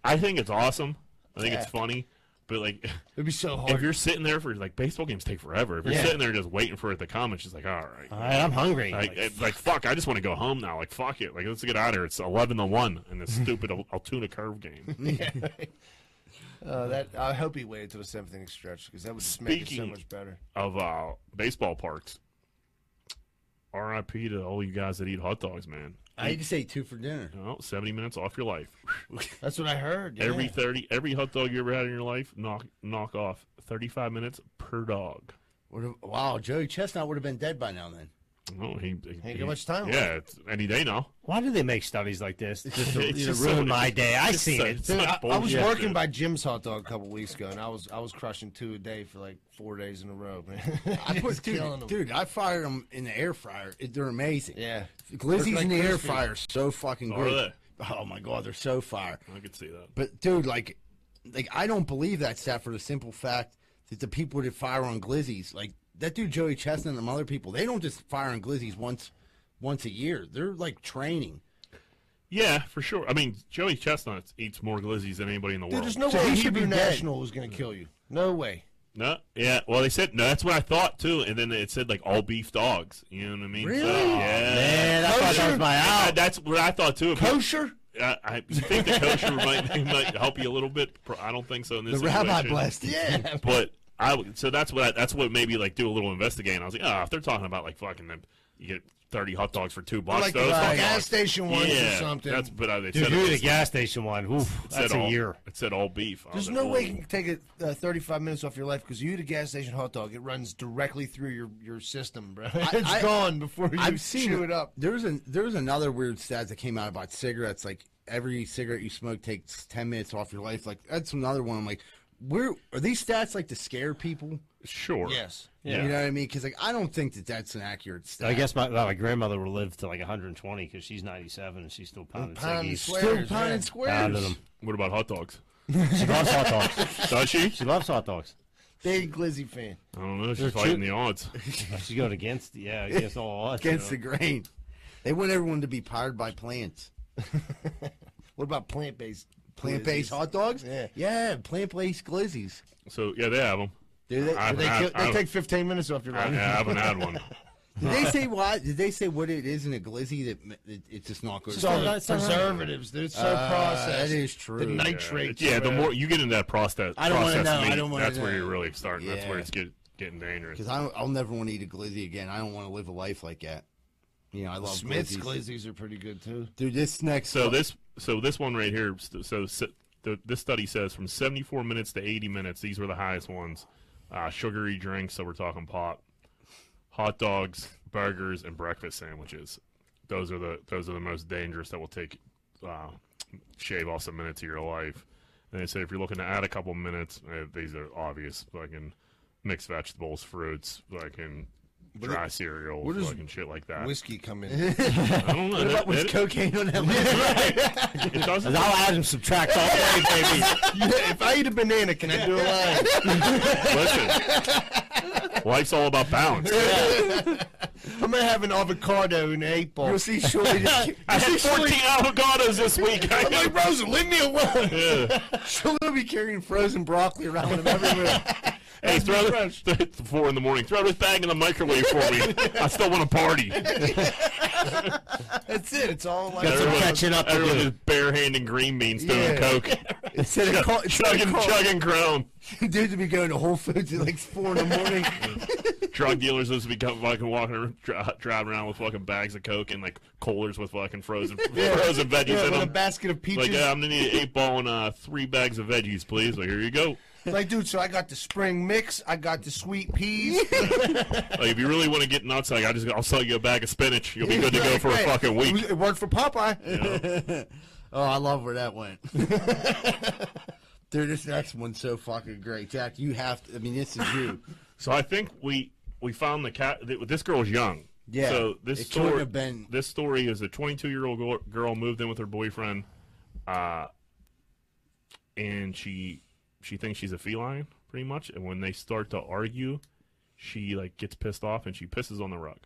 I think it's awesome. I think it's funny. But like, (laughs) It'd be so if hard. you're sitting there for like baseball games take forever. If you're sitting there just waiting for it to come, it's just like, all right. All right, I'm hungry. like, Like, it- like, fuck, I just want to go home now. Like, fuck it. Like, let's get out of here. It's 11 to 1 in this stupid Al- Altoona curve game. Uh, that I hope he waited till the seventh inning stretch because that would just make it so Speaking- much better. of uh, baseball parks. RIP to all you guys that eat hot dogs, man. I just ate two for dinner. You know, 70 minutes off your life. That's what I heard. Yeah. Every 30, every hot dog you ever had in your life, knock knock off 35 minutes per dog. Would have- Wow, Joey Chestnut would have been dead by now. Then Oh, he, he, Ain't got much time Yeah, it's any day now. Why do they make studies like this? Just to, It's to just ruin so- my day. I It's seen so- it. it's such I, I was bullshit, working dude. by Jim's hot dog a couple weeks ago, and I was I was crushing two a day for like four days in a row, man. (laughs) I Just put killing (laughs) dude, 'em. dude, I fired them in the air fryer. It- They're amazing. Yeah, glizzies Like in the air crispy. fryer, are so fucking Are good. Oh my god, they're so fire. I could see that. But dude, like, like I don't believe that stat for the simple fact that the people that fire on glizzies, like that dude Joey Chestnut and them other people, they don't just fire on glizzies once, once a year. They're like training. Yeah, for sure. I mean, Joey Chestnut eats more glizzies than anybody in the dude, world. there's no So way he should Hebrew be dead. National was gonna kill you. No way. No, yeah. Well, they said no. That's what I thought too, and then it said like all beef dogs. You know what I mean? So, Really? Oh, yeah. Man, Oh, I thought that was my I- out. that's what I thought too. If you- Kosher. I, I think the kosher might (laughs) might help you a little bit. Pro- I don't think so in this. The rabbi situation. blessed. it. (laughs) Yeah. But I would- so that's what I, that's what made me like do a little investigating. I was like, oh, if they're talking about like fucking them, you get thirty hot dogs for two bucks. Like the those hot gas dogs- station ones yeah, or something. That's but I, they (laughs) Dude, said you it the was- gas station one. Oof, it said that's a all- year. It said all beef. I was There's like, no way ooh. you can take it uh, 35 minutes off your life because you eat a gas station hot dog. It runs directly through your, your system, bro. (laughs) It's I- gone before you I've seen chew it up. There's an there's another weird stat that came out about cigarettes. Like every cigarette you smoke takes ten minutes off your life. Like that's another one. I'm like, where are these stats like to scare people? Sure. Yes. Yeah. You know what I mean? Because like I don't think that that's an accurate stat. I guess my, my grandmother will live to like 120 because she's 97 and she's still pounding Pound ciggies. still squares. pine man. and squares. Pounding them. What about hot dogs? She loves hot dogs. Does she? She loves hot dogs. Big Glizzy fan. I don't know. She's They're fighting two- the odds. She's going against, yeah, against all odds. you against know. the grain. They want everyone to be powered by plants. What about plant based? Plant based hot dogs? Yeah. Yeah, plant based glizzies. So yeah, they have them. Do they, I've- do they, I've- kill, they I've- take 15 minutes off your I, I life. haven't had (laughs) one. Did they say why? Did they say what it is in a glizzy that ma- it, it's just not good? It's all preservatives, dude. It's so Uh, processed. That is true. The Yeah, nitrates. yeah, the or- more you get into that process, I don't wanna processed know, I meat, don't wanna that's where know. you're really starting. That's where Yeah. it's get, getting dangerous. Because I'll never want to eat a glizzy again. I don't want to live a life like that. You know, I love Smith's glizzies. glizzies are pretty good too. Dude, this next. So (laughs) this, so this one right here. st- So, so the, this study says from 74 minutes to 80 minutes. These were the highest ones. Uh, sugary drinks. So we're talking pop, hot dogs, burgers, and breakfast sandwiches. Those are the those are the most dangerous that will take uh, shave off some minutes of your life. And they say if you're looking to add a couple minutes, uh, these are obvious. Fucking mixed vegetables, fruits, fucking dry cereal, does fucking shit like Uh, that. Whiskey (laughs) come in. I don't know. What was That- that- cocaine on that list? it doesn't. (laughs) I'll add and subtract all day, baby. if I eat a banana, can I do a line? Listen, life's all about balance. I'm gonna have an avocado and an eight ball. You'll see shortly. (laughs) This, I had 14 avocados this week. I Hey, Rosa, leave me alone. yeah. she'll be carrying frozen (laughs) broccoli around with him everywhere. Hey, throw this, it's (laughs) four in the morning. Throw this bag in the microwave for me. I still want to party. That's it. It's all like Got some Everyone- catching up to Everyone do. is barehanding green beans doing Yeah. coke, (laughs) (laughs) Instead of call, instead of chugging, call- chugging ground. dudes would be going to Whole Foods at like four in the morning. Drug dealers just be come- fucking walking, around, dri- driving around with fucking bags of coke and like coolers with fucking frozen frozen veggies (laughs) yeah, in with a them. basket of peaches. Like, uh, yeah, I'm gonna need an eight ball and uh, three bags of veggies, please. Like, here you go. Like, dude, so I got the spring mix. I got the sweet peas. Like, if you really want to get nuts, like I just I'll sell you a bag of spinach. You'll be good to (laughs) go for a Right. fucking week. It worked for Popeye. Oh, I love where that went. Dude, this next one's so fucking great. Jack, you have to. I mean, this is you. So I think we we found the cat. th- This girl's young. Yeah. So this It couldn't story have been- this story is a 22 year old girl, girl moved in with her boyfriend, uh, and she she thinks she's a feline pretty much. And when they start to argue, she like gets pissed off and she pisses on the rug.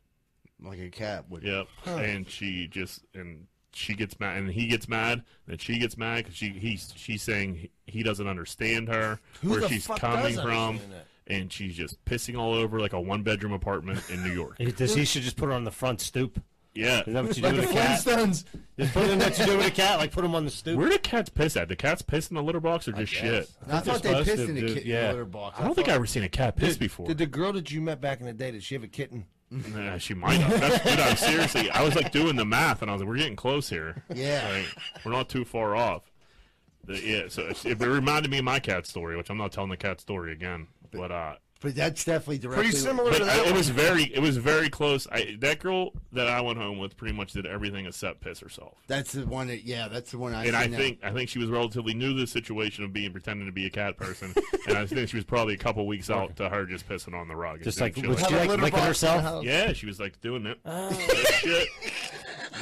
Like a cat would. Yep. And she just and she gets mad and he gets mad and she gets mad because she he's she's saying he- he doesn't understand her Who where the she's fuck coming does from. understand that? And she's just pissing all over like a one bedroom apartment in New (laughs) York. He- Does he should just put it on the front stoop? yeah. Is that what you Like do the with a cat? Flintstones. Just put him what you do with a cat, like put him on the stoop. Where do cats piss at? Do cats piss in the litter box or just shit? I thought they supposed pissed to in do- a kitten yeah. litter box. I don't think I've ever seen a cat piss before. Did the girl that you met back in the day, did she have a kitten? Nah, she might have. That's, dude, I'm seriously. I was like doing the math, and I was like, "We're getting close here. Yeah. Like, we're not too far off." The- yeah. So it's- it, it reminded me of my cat story, which I'm not telling the cat story again. But uh, But that's definitely directly. Pretty similar but to that. I, it one. was very, it was very close. I, that girl that I went home with pretty much did everything except piss herself. That's the one that, yeah, that's the one I And I seen that. think I think she was relatively new to the situation of being pretending to be a cat person, and I think she was probably a couple weeks out to her just pissing on the rug. and Just doing like, shit was like she Have a like litter licking box in the herself? house. Yeah, she was like doing it. Like, shit.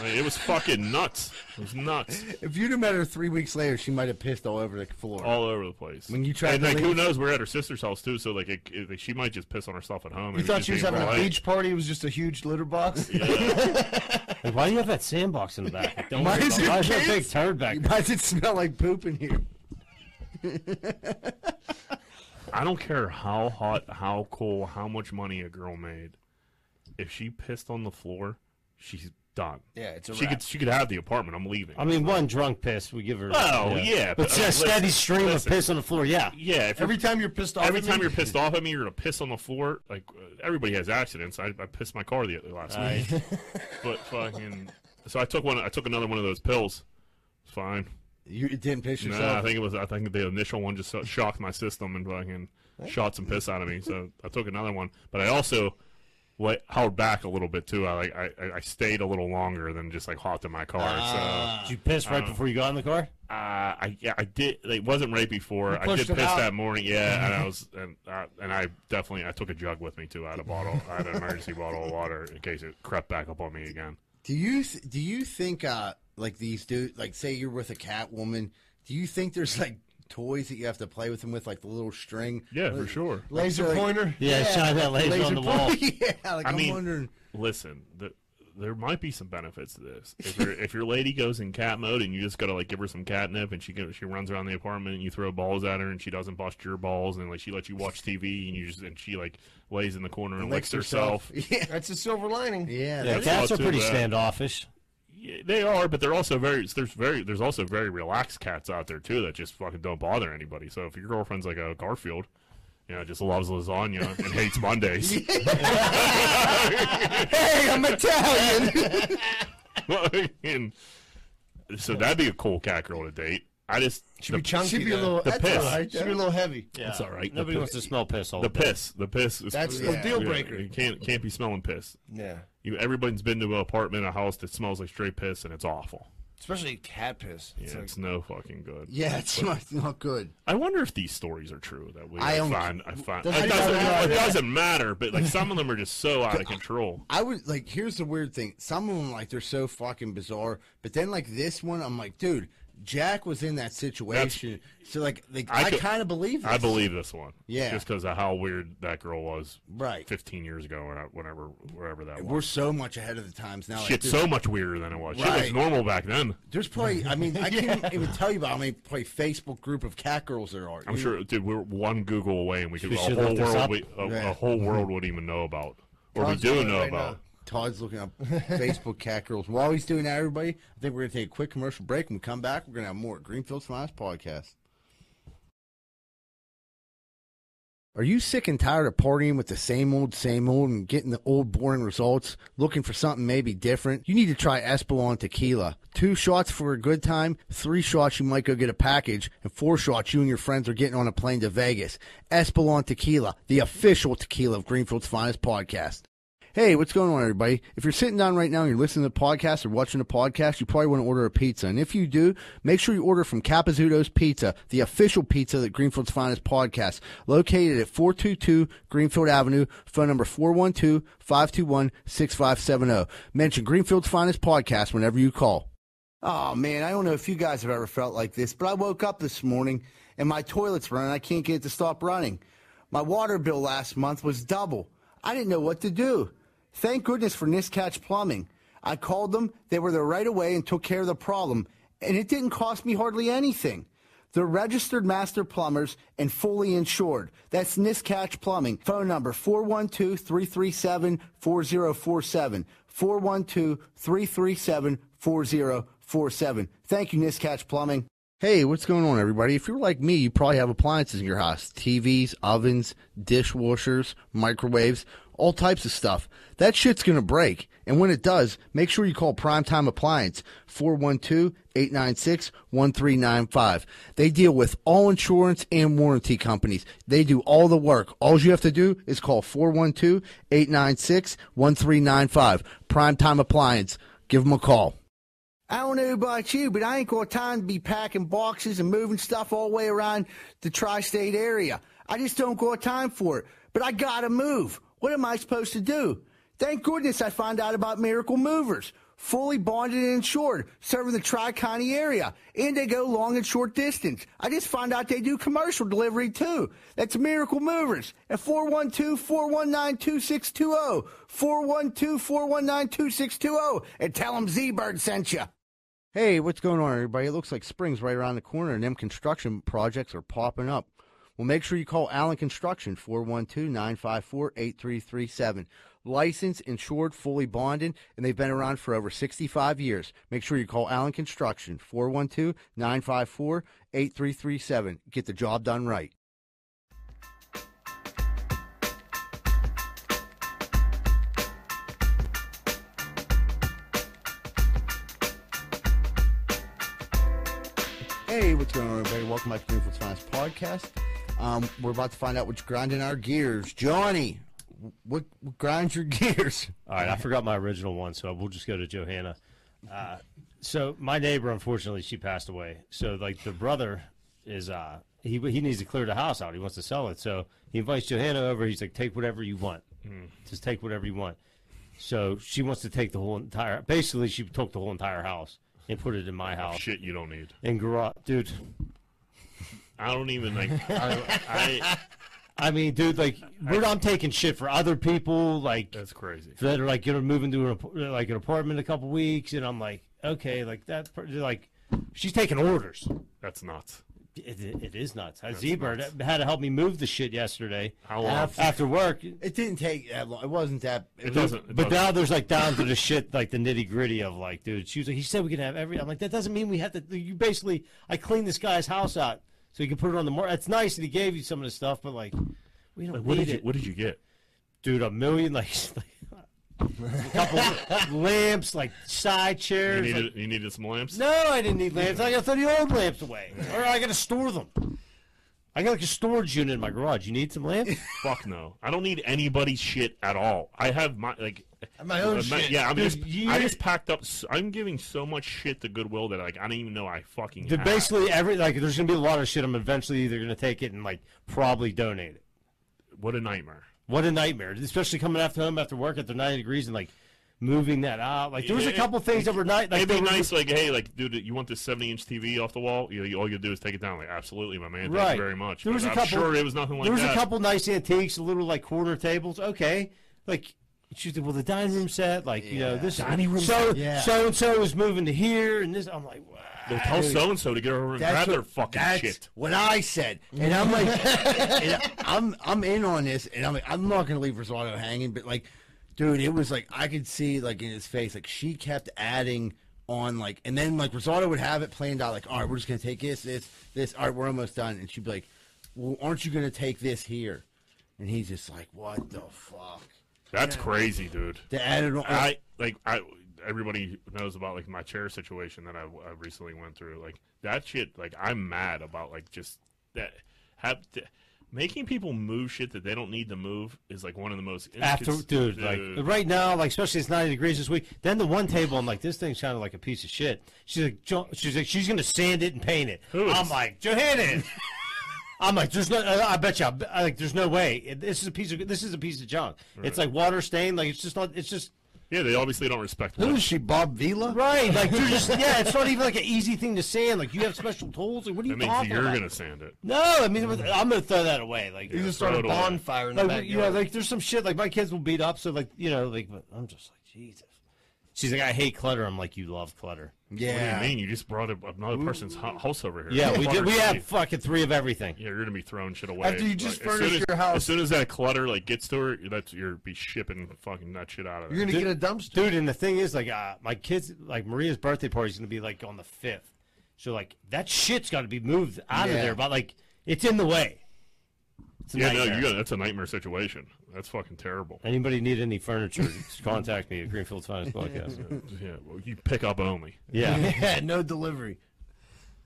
Like, it was fucking nuts. It was nuts. If you'd have met her three weeks later, she might have pissed all over the floor. All over the place. When you tried and to like, who leave- knows? We're at her sister's house too, so like, it, it- like, she might just piss on herself at home. You thought she was having a beach. beach party? It was just a huge (laughs) litter box. Like, why do you have that sandbox in the back? Like, Don't Why worry is about it. it Why is that big kids? turd back? Why does it smell like poop in here? I don't care how hot, how cool, how much money a girl made. If she pissed on the floor, she's done. Yeah, it's a She wrap. could she could have the apartment. I'm leaving. I mean, one drunk piss we give her. Oh, yeah, but but, uh, a steady listen, stream listen. of piss on the floor. Yeah, yeah, if you're Every time you're pissed off. Every at time me, you're pissed off at me, you're gonna piss on the floor. Like uh, everybody has accidents. I, I pissed my car the other last week, (laughs) but fucking. So I took one. I took another one of those pills. It's fine. You it didn't piss Nah, yourself. I think it was. I think the initial one just so- shocked my system and fucking shot some piss out of me. So I took another one, but I also what held back a little bit too. I like I, I- I stayed a little longer than just like hopped in my car. did you piss right before you got in the car? so uh, I yeah I did. It wasn't right before. I did pushed piss it out. that morning. Yeah, (laughs) and I was and I, and I definitely I took a jug with me too. I had a bottle. I had an emergency bottle of water in case it crept back up on me again. Do you th- do you think uh like these dudes like say you're with a cat woman? Do you think there's like toys that you have to play with them with, like the little string. Yeah, for sure. Laser Like- pointer. Yeah, shine that laser, on the wall. point- yeah, like I I am mean- wondering. Listen, the, there might be some benefits to this. If, your if your lady goes in cat mode and you just gotta like give her some catnip and she go, she runs around the apartment and you throw balls at her and she doesn't bust your balls and like she lets you watch TV and you just and she like lays in the corner and, licks herself. (laughs) Yeah, That's a silver lining. (laughs) Yeah, yeah. that's- cats not are too pretty bad. standoffish. Yeah, they are, but they're also very there's very there's also very relaxed cats out there too that just fucking don't bother anybody. So if your girlfriend's like a Garfield, you know, just loves lasagna and hates Mondays, Hey, (laughs) I'm Italian. (laughs) and so that'd be a cool cat girl to date. I just Should the, be chunky. She'd be a though. little. The that's piss. all right, Should be a little heavy. Yeah. That's all right. Nobody The- wants to smell piss all the day. piss, the piss. Is, Oh, That's Yeah. the deal yeah, breaker. You can't can't be smelling piss. Yeah. You everybody's been to an apartment, a house that smells like straight piss, and it's awful. Especially cat piss. Yeah, It's it's, like, no fucking good. Yeah, it's not, not good. I wonder if these stories are true that we I I don't- find. I find doesn't it, doesn't, matter. it doesn't matter, but like some of them are just so out of control. I would like. Here's the weird thing. Some of them like they're so fucking bizarre, but then like this one, I'm like, dude, Jack was in that situation, so like, like I I, could- kind of believe. This. I believe this one, Yeah. just because of how weird that girl was, Right. 15 years ago or whatever, wherever that was. We're so much ahead of the times now. like, Shit, there's- so much weirder than it was. Shit was Right. normal back then. There's probably, (laughs) I mean, I can't even tell you about how many probably Facebook group of cat girls there are. I'm sure, dude. We're one Google away, and we could We a should whole look this world, up. we, a, a Yeah. whole world would even know about, or we Todd's do doing it know right about. now. Todd's looking up Facebook cat girls. While he's doing that, everybody, I think we're going to take a quick commercial break. When we come back, we're going to have more Greenfield Smiles podcast. Are you sick and tired of partying with the same old, same old and getting the old boring results? Looking for something maybe different? You need to try Espolon Tequila. Two shots for a good time, three shots you might go get a package, and four shots you and your friends are getting on a plane to Vegas. Espolon Tequila, the official tequila of Greenfield's Finest Podcast. Hey, what's going on, everybody? If you're sitting down right now and you're listening to the podcast or watching the podcast, you probably want to order a pizza. And if you do, make sure you order from Capizzuto's Pizza, the official pizza that Greenfield's Finest podcast, located at 422 Greenfield Avenue, phone number 412 521 6570. Mention Greenfield's Finest podcast whenever you call. Oh man, I don't know if you guys have ever felt like this, but I woke up this morning and my toilet's running. I can't get it to stop running. My water bill last month was double. I didn't know what to do. Thank goodness for Niscatch Plumbing. I called them, they were there right away and took care of the problem, and it didn't cost me hardly anything. They're registered master plumbers and fully insured. That's Niscatch Plumbing. Phone number 412 337 4047. 412 337 4047. Thank you, Niscatch Plumbing. Hey, what's going on, everybody? If you're like me, you probably have appliances in your house TVs, ovens, dishwashers, microwaves, all types of stuff. That shit's going to break. And when it does, make sure you call Primetime Appliance 412 896 1395. They deal with all insurance and warranty companies. They do all the work. All you have to do is call 412 896 1395. Primetime Appliance. Give them a call. I don't know about you, but I ain't got time to be packing boxes and moving stuff all the way around the tri state area. I just don't got time for it. But I gotta move. What am I supposed to do? Thank goodness I found out about Miracle Movers. Fully bonded and insured, serving the Tri County area. And they go long and short distance. I just found out they do commercial delivery too. That's Miracle Movers at 412 419 2620. 412 419 2620. oh. And tell them Z Bird sent you. Hey, what's going on, everybody? It looks like spring's right around the corner, and them construction projects are popping up. Well, make sure you call Allen Construction, 412 954 8337. Licensed, insured, fully bonded, and they've been around for over 65 years. Make sure you call Allen Construction, 412 954 8337. Get the job done right. Hey, what's going on, everybody? Welcome back to Greenfield's Finest Podcast. Um, we're about to find out what's grinding our gears. Johnny, what, what grinds your (laughs) gears? All right, I forgot my original one, so we'll just go to Johanna. Uh, so my neighbor, unfortunately, she passed away. So like the brother is uh he he needs to clear the house out. He wants to sell it, so he invites Johanna over. He's like, take whatever you want, just take whatever you want. So she wants to take the whole entire. Basically, she took the whole entire house and put it in my house Shit, you don't need. and garage, dude. I don't even like. I, I mean, dude, like we're I'm taking shit for other people, like that's crazy. that are like you know moving to an ap- like an apartment in a couple weeks, and I'm like, okay, like that's per- like she's taking orders. That's nuts. It, it- it is nuts. Z Bird had to help me move the shit yesterday How long? af- after work. It didn't take that long. It wasn't that. It, was- doesn't- but doesn't- now there's like down to the shit, like the nitty gritty of like, dude. She was like, he said we can have every. I'm like, that doesn't mean we have to. You basically, I cleaned this guy's house out so he can put it on the market. That's nice that he gave you some of the stuff, but like, we don't What need did you it, What did you get? dude. A million like, (laughs) a couple lamps, like side chairs. You like- needed You needed some lamps. no, I didn't need lamps. I gotta throw the old lamps away, or I gotta store them. I got like a storage unit in my garage. You need (laughs) some lamps? Fuck no. I don't need anybody's shit at all. I have my like. My own Uh, my- shit. Yeah, I'm Dude, just, you- I just packed up. s- I'm giving so much shit to Goodwill that like I don't even know I fucking. They're have. basically every like. There's gonna be a lot of shit. I'm eventually either gonna take it and like probably donate it. what a nightmare. What a nightmare, especially coming after home after work after 90 degrees and like moving that out. Like there was a Yeah, couple things overnight. Like It'd be they were- nice, like, hey, like, dude, you want this 70 inch TV off the wall? You, you- all you do is take it down. Like, absolutely, my man. Thank Right. you very much. There But was a I'm couple- sure it was nothing like There was that. a couple nice antiques, a little like corner tables. Okay, like she said, well, the dining room set, like you know this dining room. So yeah. so and so is moving to here, and this. I'm like, wow. Well, tell so and so to get over and That's grab what- their fucking that's shit. What I said, and I'm (laughs) like, and I'm I'm in on this, and I'm like, I'm not gonna leave Rosado hanging, but like, dude, it was like I could see like in his face, like she kept adding on, like, and then like Rosado would have it planned out, like, all right, we're just gonna take this, this, this, all right, we're almost done, and she'd be like, well, aren't you gonna take this here? And he's just like, what the fuck? That's crazy, dude. They added on. I like I. Everybody knows about like my chair situation that I, I recently went through. Like that shit. Like I'm mad about like just that have to, making people move shit that they don't need to move is like one of the most After incons- uh, dude, like right now, like especially it's 90 degrees this week. Then the one table, I'm like, this thing's kind of like a piece of shit. She's like, jo- she's like, she's gonna sand it and paint it. Who is- I'm (laughs) like, Johanna. I'm like, there's no. I I bet you, I, like, there's no way. It- This is a piece of this is a piece of junk. It's like water stained. Like it's just not. It's just yeah, they obviously don't respect. Who wood. is she, Bob Vila? Right, like you're (laughs) just yeah. It's not even like an easy thing to sand. Like you have special tools. Like what are you That means talking you're about? gonna sand it. No, I mean I'm gonna throw that away. Like Yeah, just start throw a it away. bonfire in the like, you know, backyard. like there's some shit like my kids will beat up. So like you know, like but I'm just like Jesus. She's like, I hate clutter. I'm like, you love clutter. What yeah, do you mean? You just brought up another person's ho- house over here. Yeah, we did. Clutter's We have cheap. fucking three of everything. Yeah, you're gonna be throwing shit away. After you just as soon furnished as- your house. As soon as that clutter like gets to her, that's you're be shipping fucking that shit out of there. You're gonna get a dumpster. Dude, and the thing is, like, uh, my kids, like, Maria's birthday party's gonna be like on the fifth, so like that shit's got to be moved out of Yeah. there. But like, it's in the way. It's a yeah, no, nightmare. you got that's a nightmare situation. That's fucking terrible. Anybody need any furniture? just contact me at Greenfield's Finest (laughs) Podcast. Yeah, well, you pick up only. Yeah, (laughs) yeah, no delivery.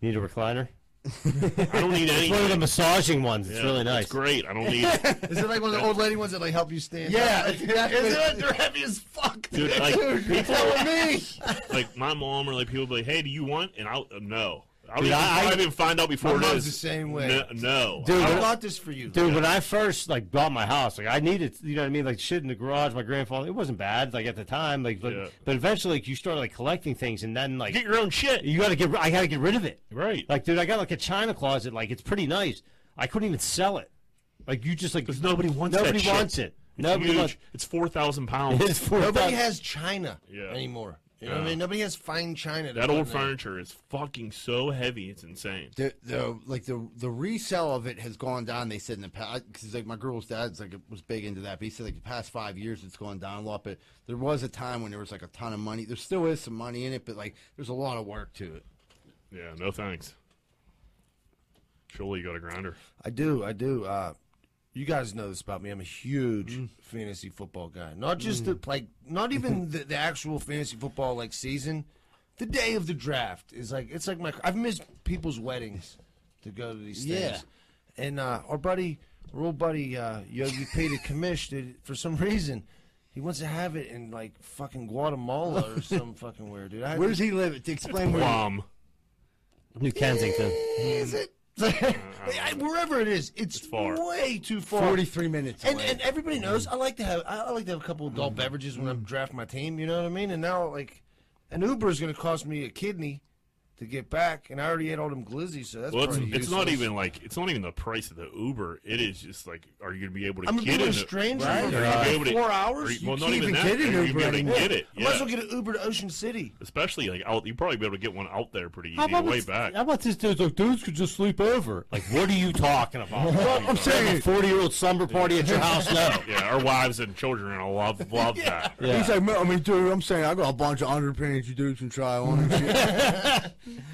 need a recliner? I (laughs) don't need any. One of the massaging ones. It's Yeah, really nice. It's great. I don't need. (laughs) Is it like (laughs) one of the old lady ones that like help you stand? yeah, Is exactly. it? They're heavy as fuck. Dude, like people, me. like my mom or like people be like, "Hey, do you want?" And I'll uh, no. I'll Dude, even, I- I'll even find out before My it mom's is. the same way. No, no. Dude, I when- bought this for you. Dude, when I first like bought my house, like I needed, you know what I mean, like shit in the garage. My grandfather, it wasn't bad, like at the time, like but, Yeah. but eventually, like you start like collecting things, and then like get your own shit. you got to get, I got to get rid of it. Right. Like, dude, I got like a china closet, like it's pretty nice. I couldn't even sell it. Like you just like Because nobody wants nobody that shit. wants it. (laughs) nobody Huge. wants. It's four thousand pounds. It's for Nobody that- has china Yeah. anymore. You know what Yeah. I mean? Nobody has fine china. to that put in old there. furniture is fucking so heavy. It's insane. the, the like the the resale of it has gone down. They said in the past because like my girl's dad's like was big into that, but he said like the past five years it's gone down a lot. But there was a time when there was like a ton of money. There still is some money in it, but like there's a lot of work to it. Yeah. No thanks. Surely you got a grinder. I do. I do. Uh, you guys know this about me. I'm a huge fantasy football guy. Not just the, like, not even the, the actual fantasy football like season. The day of the draft is like it's like my. I've missed people's weddings to go to these things. Yeah. And uh, our buddy, our old buddy uh, Yogi Peta Kamish, did for some reason. He wants to have it in like fucking Guatemala or some fucking where, dude. I Where does he live? To explain where. he- Plum. New Kensington. is it? I- (laughs) Wherever it is, it's, far. way too far. Forty-three minutes. And, away. and everybody Mm-hmm. knows I like to have I I like to have a couple adult beverages when I'm drafting my team. You know what I mean? And now like an Uber is going to cost me a kidney, to get back, and I already ate all them glizzies, so that's Well, it's, probably it's not useless. even like it's not even the price of the Uber. It is just like, are you going to be able to I'm get in gonna be a- a stranger Right. Are for you gonna be fucking able to- four are hours. you- well, You not can't even even that. get an Are you gonna be Uber able to anymore. get it? I might as well Yeah. get an Uber to Ocean City. Especially like out, you'd probably be able to get one out there pretty easy. way (laughs) back. How about this dude's like, dudes could just sleep over? Like, what are you talking about? I'm saying. 40 year old slumber party at your house? (laughs) No. Yeah, our wives and children are gonna (laughs) love love that. Yeah. He's like, "Man, I mean, dude, I'm saying I got a bunch of underpants you dudes can try on and (laughs) shit.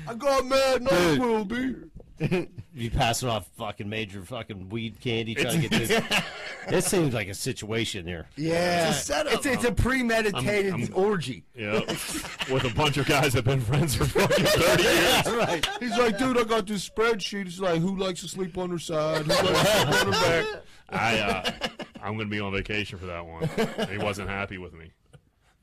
I got mad. No, Dude. will be. You passing off fucking major fucking weed candy trying to get (laughs) this. this seems like a situation here. Yeah. It's a setup. It's, it's a premeditated I'm- I'm- (laughs) orgy. Yeah, with a bunch of guys that've been friends for (laughs) fucking thirty years. He's like, dude, I got this spreadsheet. He's like, who likes to sleep on (laughs) their side? Who likes to sleep on their back? I uh, I'm gonna be on vacation for that one. He wasn't happy with me.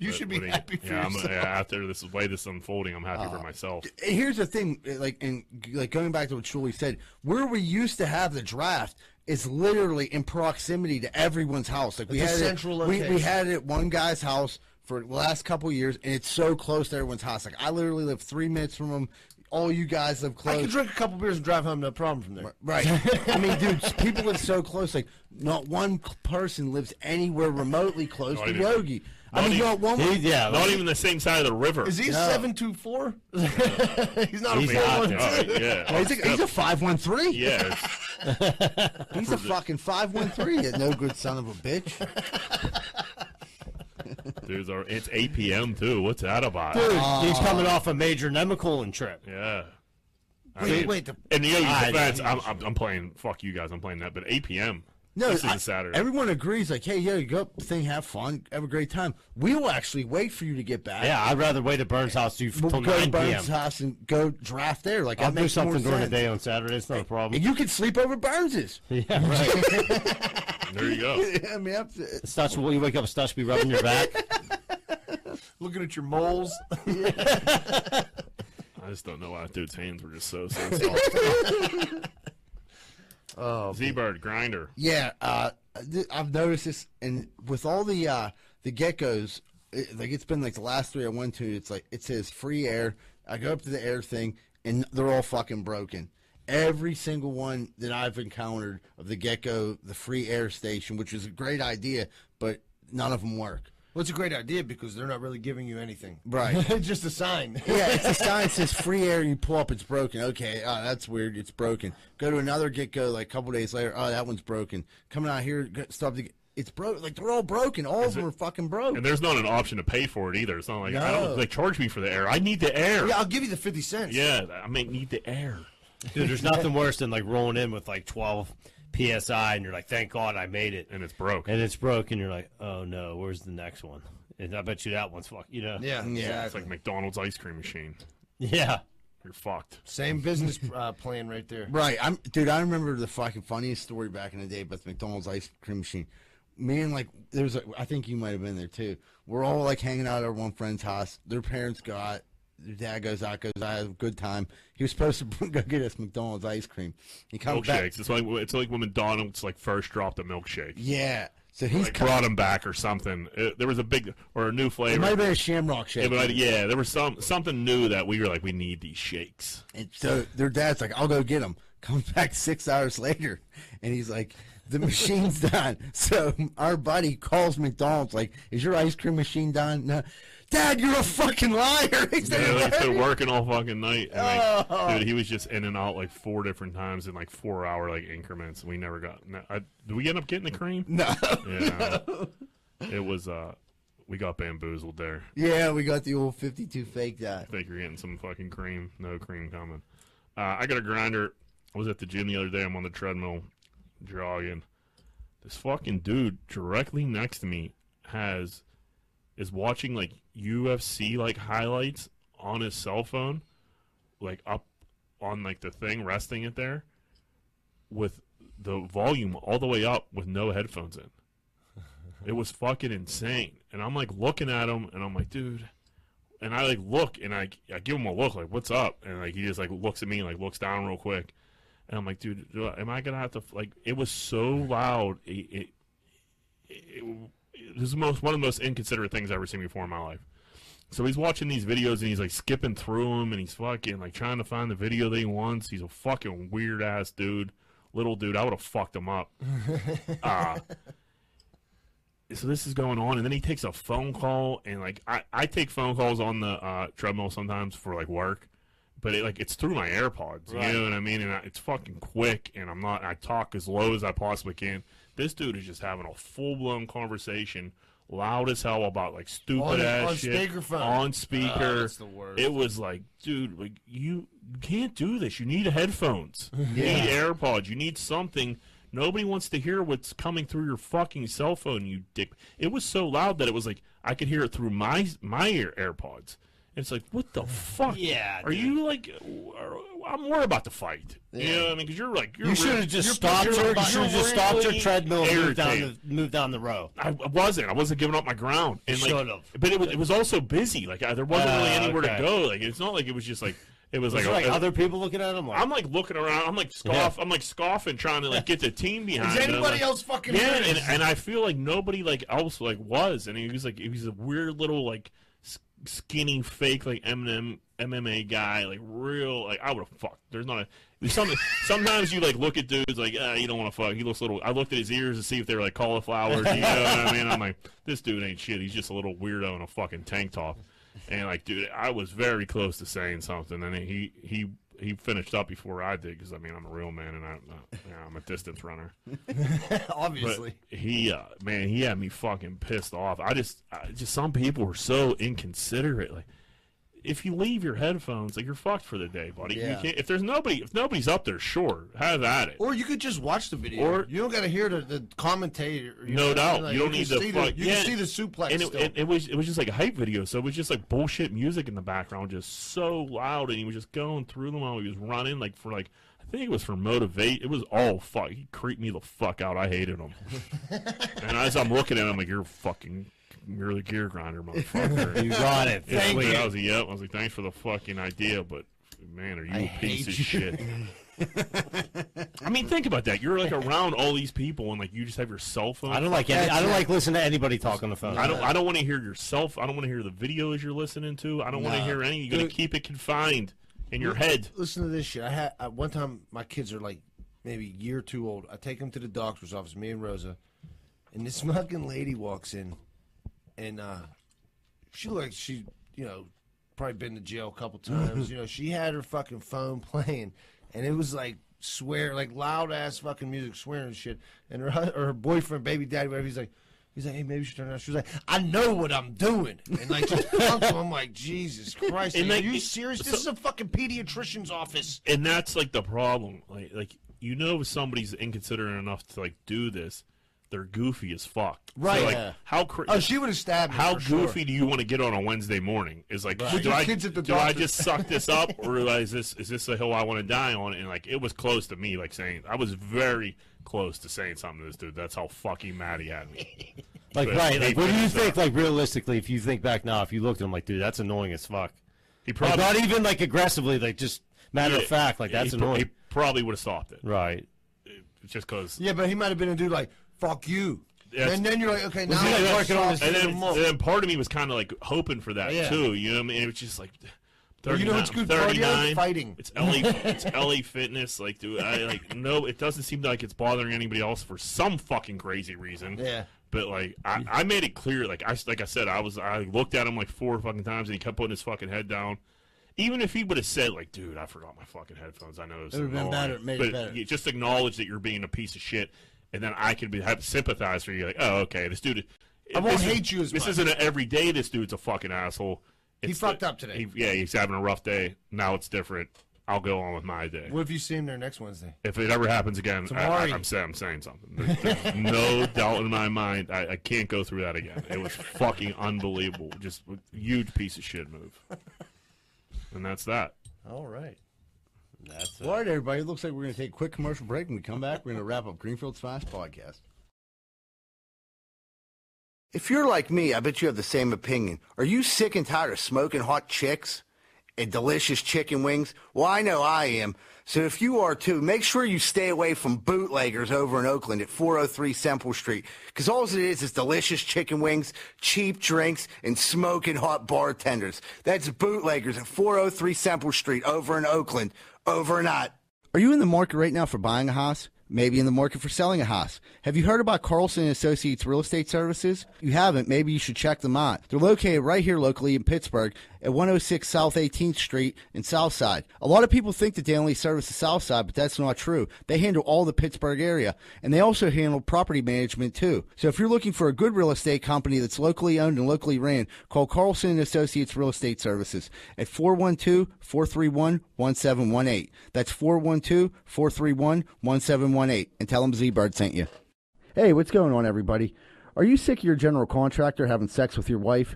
You But should be when he- happy for yeah, I'm, yourself. Uh, yeah, after this way this unfolding, I'm happy for myself. Here's the thing, like, and like going back to what Shuley said, where we used to have the draft is literally in proximity to everyone's house. Like we It's a had central it, we, we location. had it at one guy's house for the last couple years, and it's so close to everyone's house. Like I literally live three minutes from him. All you guys live close. I could drink a couple beers and drive home, no problem from there. Right. I mean, dude, people live so close. Like, not one c- person lives anywhere remotely close Not to even- Yogi. I not mean, even- not (laughs) one. He- yeah. Not like, even the same side of the river. Is he a No. 724? (laughs) He's not He's a out Oh, 412. yeah, He's a, he's a five one three. yeah. it's- He's a fucking five one three. No good son of a bitch. Dudes are. It's 8 p.m. too. What's that about? Dude, he's coming off a major Nemacolin trip. Yeah. I Wait, mean, wait, the- in the I- other defense, I'm, I'm, I'm playing. Fuck you guys. I'm playing that. But 8 p.m. No, this is I- a Saturday. Everyone agrees. Like, hey, yeah, go up the thing, have fun, have a great time. We'll actually wait for you to get back. Yeah, I'd rather wait at Burns' house to, We'll till go to 9 p.m. Burns' house and go draft there. Like, I'll that do makes something more during sense. the day on Saturday. It's not a problem. And you can sleep over Burns's. (laughs) yeah, right. there you go. (laughs) I mean, up to- Stutch, will you wake up, Stutch, be rubbing your back? Looking at your moles. I just don't know why that dude's hands were just so so soft. oh, Z-Bird grinder. Yeah, uh, th- I've noticed this, and with all the uh, the geckos, it, like it's been like the last three I went to. It's like it says free air. I go up to the air thing, and they're all fucking broken. Every single one that I've encountered of the gecko, the free air station, which is a great idea, but none of them work. Well, it's a great idea because they're not really giving you anything. Right. It's (laughs) just a sign. yeah, it's a sign that says free air. You pull up, it's broken. Okay, oh, that's weird. It's broken. Go to another get go like a couple days later. Oh, that one's broken. Coming out here, go- stop. The, it's broke. Like they're all broken. All of them are fucking broke. And there's not an option to pay for it either. It's not like I No. don't like charge me for the air. I need the air. Yeah, I'll give you the 50 cents. Yeah, I may need the air. Dude, (laughs) there's nothing worse than like rolling in with like 12 PSI and you're like, thank God I made it. And it's broke. And it's broke and you're like, oh no, where's the next one? And I bet you that one's fuck, you know? Yeah, It's exactly. like McDonald's ice cream machine. Yeah. You're fucked. Same business uh, plan right there. Right. I'm dude. I remember the fucking funniest story back in the day about the McDonald's ice cream machine. Me and like there was. A, I think you might have been there too. We're all like hanging out at our one friend's house. Their parents go out. Their dad goes out. Goes I have a good time. He was supposed to (laughs) go get us McDonald's ice cream. He comes back. Milkshakes. It's like it's like when McDonald's like first dropped a milkshake. Yeah. So he's Like come- brought him back or something. Uh, there was a big or a new It might flavor. have been a Shamrock Yeah, Shake. but I- yeah, there was some something new that we were like, we need these shakes. And so their dad's like, "I'll go get him." (laughs) Comes back six hours later, and he's like, "The machine's done." (laughs) So our buddy calls McDonald's, like, "Is your ice cream machine done?" No. Dad, you're a fucking liar. (laughs) He said, Yeah, like, "What?" they're working all fucking night. And, like, Dude, he was just in and out like four different times in like four hour like increments. We never got. No, I, did we end up getting the cream? no. Yeah, it was. uh We got bamboozled there. Yeah, we got the old fifty-two fake guy. think you're getting some fucking cream. No cream coming. Uh, I got a grinder. I was at the gym the other day. I'm on the treadmill jogging. This fucking dude directly next to me has is watching like UFC like highlights on his cell phone, like up on like the thing, resting it there with the volume all the way up with no headphones in. It was fucking insane. And I'm like looking at him and I'm like, dude, and I like look and I, I give him a look like what's up and like he just like looks at me and like looks down real quick and I'm like dude do I- am I gonna have to like it was so loud it it, it, it was the most one of the most inconsiderate things I've ever seen before in my life So he's watching these videos and he's like skipping through them and he's fucking like trying to find the video that he wants. He's a fucking weird ass dude, little dude. I would have fucked him up. uh, so this is going on, and then he takes a phone call and like I, I take phone calls on the uh, treadmill sometimes for like work, but it, like it's through my AirPods. Right. You know what I mean? And I, it's fucking quick, and I'm not. I talk as low as I possibly can. This dude is just having a full blown conversation. Loud as hell about like stupid On- ass on shit speakerphone. on speaker. Oh, that's the worst. It was like, dude, like you, you can't do this. You need headphones. (laughs) You need AirPods. You need something. Nobody wants to hear what's coming through your fucking cell phone, you dick. It was so loud that it was like I could hear it through my my ear AirPods. And it's like, what the fuck? Yeah, Are dude. you like? Are, I'm worried about the fight. You know what I mean? Because you're like, you're You real- should have just you're- stopped you're her. You about- should have you're just stopped your really treadmill and moved down the irritated. moved down the row. I I wasn't. I wasn't giving up my ground. And like, Should've. But it was, it was also busy. Like I, there wasn't really Ah, anywhere okay. to go. Like it's not like it was just like it was, Was there, like, like a- other people looking at him? Like, I'm like looking around. I'm like scoff. I'm like scoffing, trying to like get the team behind. Is it. I'm anybody like- else fucking Yeah, hearing and, this? and I feel like nobody like else like was, and he was like he was a weird little like s- skinny fake like Eminem MMA guy, like real like I would have fucked. There's not a there's some, (laughs) sometimes you like look at dudes like ah, you don't want to fuck. He looks a little. I looked at his ears to see if they were like cauliflowers. You know what I mean? I'm like this dude ain't shit. He's just a little weirdo in a fucking tank top. And like, dude, I was very close to saying something, and he he he finished up before I did because I mean I'm a real man and I, I yeah, I'm a distance runner. (laughs) Obviously. But he, uh, man, he had me fucking pissed off. I just, I, just some people were so inconsiderate. Like, if you leave your headphones, like you're fucked for the day, buddy. You Yeah. can't, if there's nobody, if nobody's up there, sure, have at it. Or you could just watch the video. Or- you don't got to hear the, the commentator. you No know, doubt. You don't can need to see fuck- you yeah. can see the suplex. and it, still. it, it was it was just like a hype video, so it was just like bullshit music in the background, just so loud, and he was just going through them while he was running, like for like I think it was for motivate. It was all fuck. He creeped me the fuck out. I hated him. and as I'm looking at him, I'm like you're fucking, you're the gear grinder, motherfucker. (laughs) (laughs) you got it. Yeah, Thank but I you. was like, yep. I was like, thanks for the fucking idea, but man, are you a piece of (laughs) shit? I mean, think about that. You're like around all these people, and like you just have your cell phone. I don't like. Any, I don't like listening to anybody talk on the phone. I don't. I don't want to hear yourself. I don't want to hear the videos you're listening to. I don't want to No. hear any. You're gonna Dude. keep it confined in your head. Listen to this shit. I had I, one time my kids are like maybe a year too old. I take them to the doctor's office, me and Rosa, and this (laughs) fucking lady walks in, and uh, she looked like she you know probably been to jail a couple (laughs) times. you know she had her fucking phone playing, and it was like swear like loud ass fucking music swearing and shit. And her hu- or her boyfriend, baby daddy, whatever. He's like. He's like, hey, maybe you should turn it off. She was like, I know what I'm doing. And like, just punked him. I'm (laughs) like, Jesus Christ. And, are like, you it- serious? This so- is a fucking pediatrician's office. And that's like the problem. Like, like you know, if somebody's inconsiderate enough to like do this, they're goofy as fuck. So, Right. like, Yeah. How cra- Oh, she would have stabbed me. how for sure. goofy do you want to get on a Wednesday morning? Is like, With do, your I, kids at the do I doctor's. just suck this up, (laughs) or is this is this a hill I want to die on? And like, it was close to me, like saying I was very close to saying something to this dude. That's how fucking mad he had me. like but right. they Like, what do you think so. think? Like realistically, if you think back now, if you looked at him, like, dude, that's annoying as fuck. He Like, probably not even like aggressively. Like just matter of fact. Like that's he, pr- annoying. He probably would have stopped it right. just because. Yeah, but he might have been a dude like, fuck you. Yes. And then you're like, okay, now he, like, I'm working on his- And then, soft- and then part of me was kind of like hoping for that Yeah. too. You know what I mean? It was just like. you know what's 39, good cardio? 39. Fighting. It's LA. it's LA Fitness. Like, dude, I like no. It doesn't seem like it's bothering anybody else for some fucking crazy reason. Yeah. But like, I, I made it clear. Like I s- like I said, I was I looked at him like four fucking times, and he kept putting his fucking head down. Even if he would have said like, "Dude, I forgot my fucking headphones," I know it It would've been better. It made but it better. you just acknowledge that you're being a piece of shit, and then I could be have, sympathize for you. Like, oh, okay, this dude. I won't this is- hate you as This much. isn't an everyday. This dude's a fucking asshole. It's fucked up today. he- yeah, he's having a rough day. Now it's different. I'll go on with my day. What if you see him there next Wednesday? If it ever happens again, I, I, Tamari. am saying, I'm saying something. There's, (laughs) there's no doubt in my mind. I, I can't go through that again. It was fucking unbelievable. Just a huge piece of shit move. And that's that. All right. That's All right, everybody. It looks like we're going to take a quick commercial break. When we come back, we're going to wrap up Greenfield's Fast Podcast. If you're like me, I bet you have the same opinion. Are you sick and tired of smoking hot chicks? and delicious chicken wings? Well, I know I am. So if you are too, make sure you stay away from bootleggers over in Oakland at 403 Semple Street because all it is is delicious chicken wings, cheap drinks, and smoking hot bartenders. That's bootleggers at 403 Semple Street over in Oakland overnight. Are you in the market right now for buying a house? Maybe in the market for selling a house. Have you heard about Carlson and Associates Real Estate Services? If you haven't, maybe you should check them out. They're located right here locally in Pittsburgh at 106 South 18th Street in Southside. A lot of people think that they only service the Southside, but that's not true. They handle all the Pittsburgh area, and they also handle property management too. So if you're looking for a good real estate company that's locally owned and locally ran, call Carlson and Associates Real Estate Services at 412-431-1718. That's 412-431-1718 and tell them Z-Bird sent you. Hey, what's going on everybody? Are you sick of your general contractor having sex with your wife?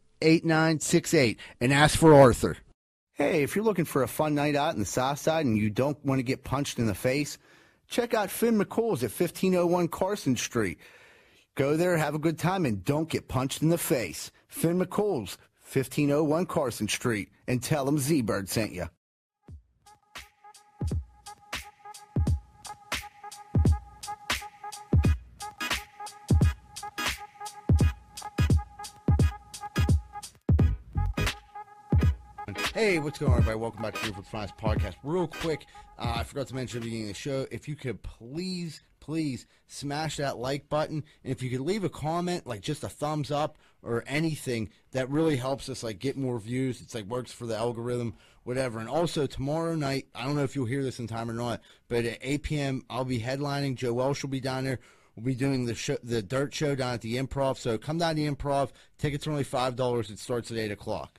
8968 and ask for Arthur. Hey, if you're looking for a fun night out in the South Side and you don't want to get punched in the face, check out Finn McCool's at 1501 Carson Street. Go there, have a good time, and don't get punched in the face. Finn McCool's, 1501 Carson Street, and tell them Z Bird sent you. Hey, what's going on, everybody? Welcome back to Group with Finance Podcast. Real quick, uh, I forgot to mention at the beginning of the show. If you could please, please smash that like button, and if you could leave a comment, like just a thumbs up or anything, that really helps us like get more views. It's like works for the algorithm, whatever. And also tomorrow night, I don't know if you'll hear this in time or not, but at 8 p.m. I'll be headlining. Joe Welsh will be down there. We'll be doing the show, the Dirt Show down at the Improv. So come down to the Improv. Tickets are only five dollars. It starts at eight o'clock.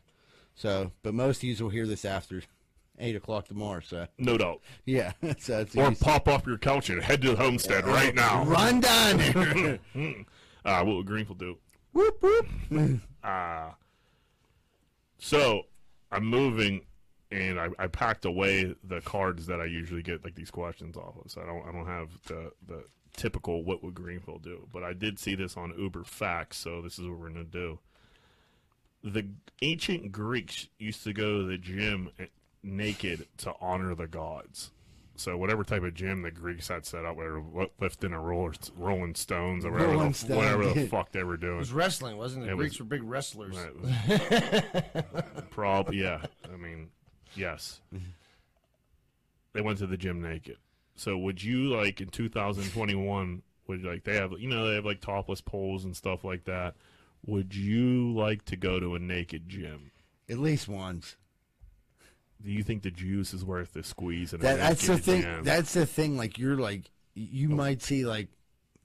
So, but most of you will hear this after eight o'clock tomorrow. So, No doubt. yeah, (laughs) so it's Or easy. pop off your couch and head to the homestead right now. run down (laughs) there. Uh, what would Greenfield do? whoop whoop. So I'm moving, and I, I packed away the cards that I usually get like these questions off of. So I don't I don't have the the typical what would Greenfield do. But I did see this on Uber Facts, so this is what we're gonna do. The ancient Greeks used to go to the gym eh, naked to honor the gods. So whatever type of gym the Greeks had set up, whatever what, lifting a roller, rolling stones or whatever, Rolling the, whatever the stone. fuck they were doing. It was wrestling, wasn't it? It Greeks was- were big wrestlers. (laughs) Prob yeah. I mean, yes. They went to the gym naked. So would you like in 2021 would like they have you know they have like topless poles and stuff like that. Would you like to go to a naked gym? At least once. Do you think the juice is worth the squeeze? And That, that's the thing. That's the thing. Like you're like you might see like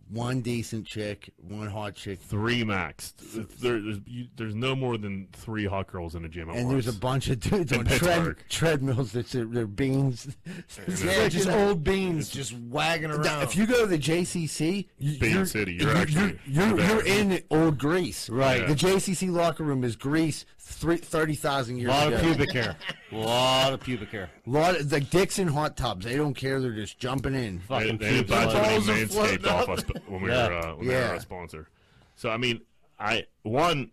one decent chick, one hot chick, three max. There, there's, you, there's no more than three hot girls in a gym at and once. there's a bunch of dudes In on tread, Pittsburgh. treadmills that's their, their beans. (laughs) Yeah, just old beans just wagging around. If you go to the JCC, you- Bean you're, City, you're you- actually you're, you're, there. you're in old Greece. Right. The JCC locker room is Greece three, 30,000 A years lot ago. of pubic hair. (laughs) A lot of pubic hair. lot of, like dicks in hot tubs. They don't care. They're just jumping in. They, Fucking they didn't pubes. buy all too over. many Balls are floating Manscaped off us when we Yeah. were uh, when they Yeah. were a sponsor. So I mean, I one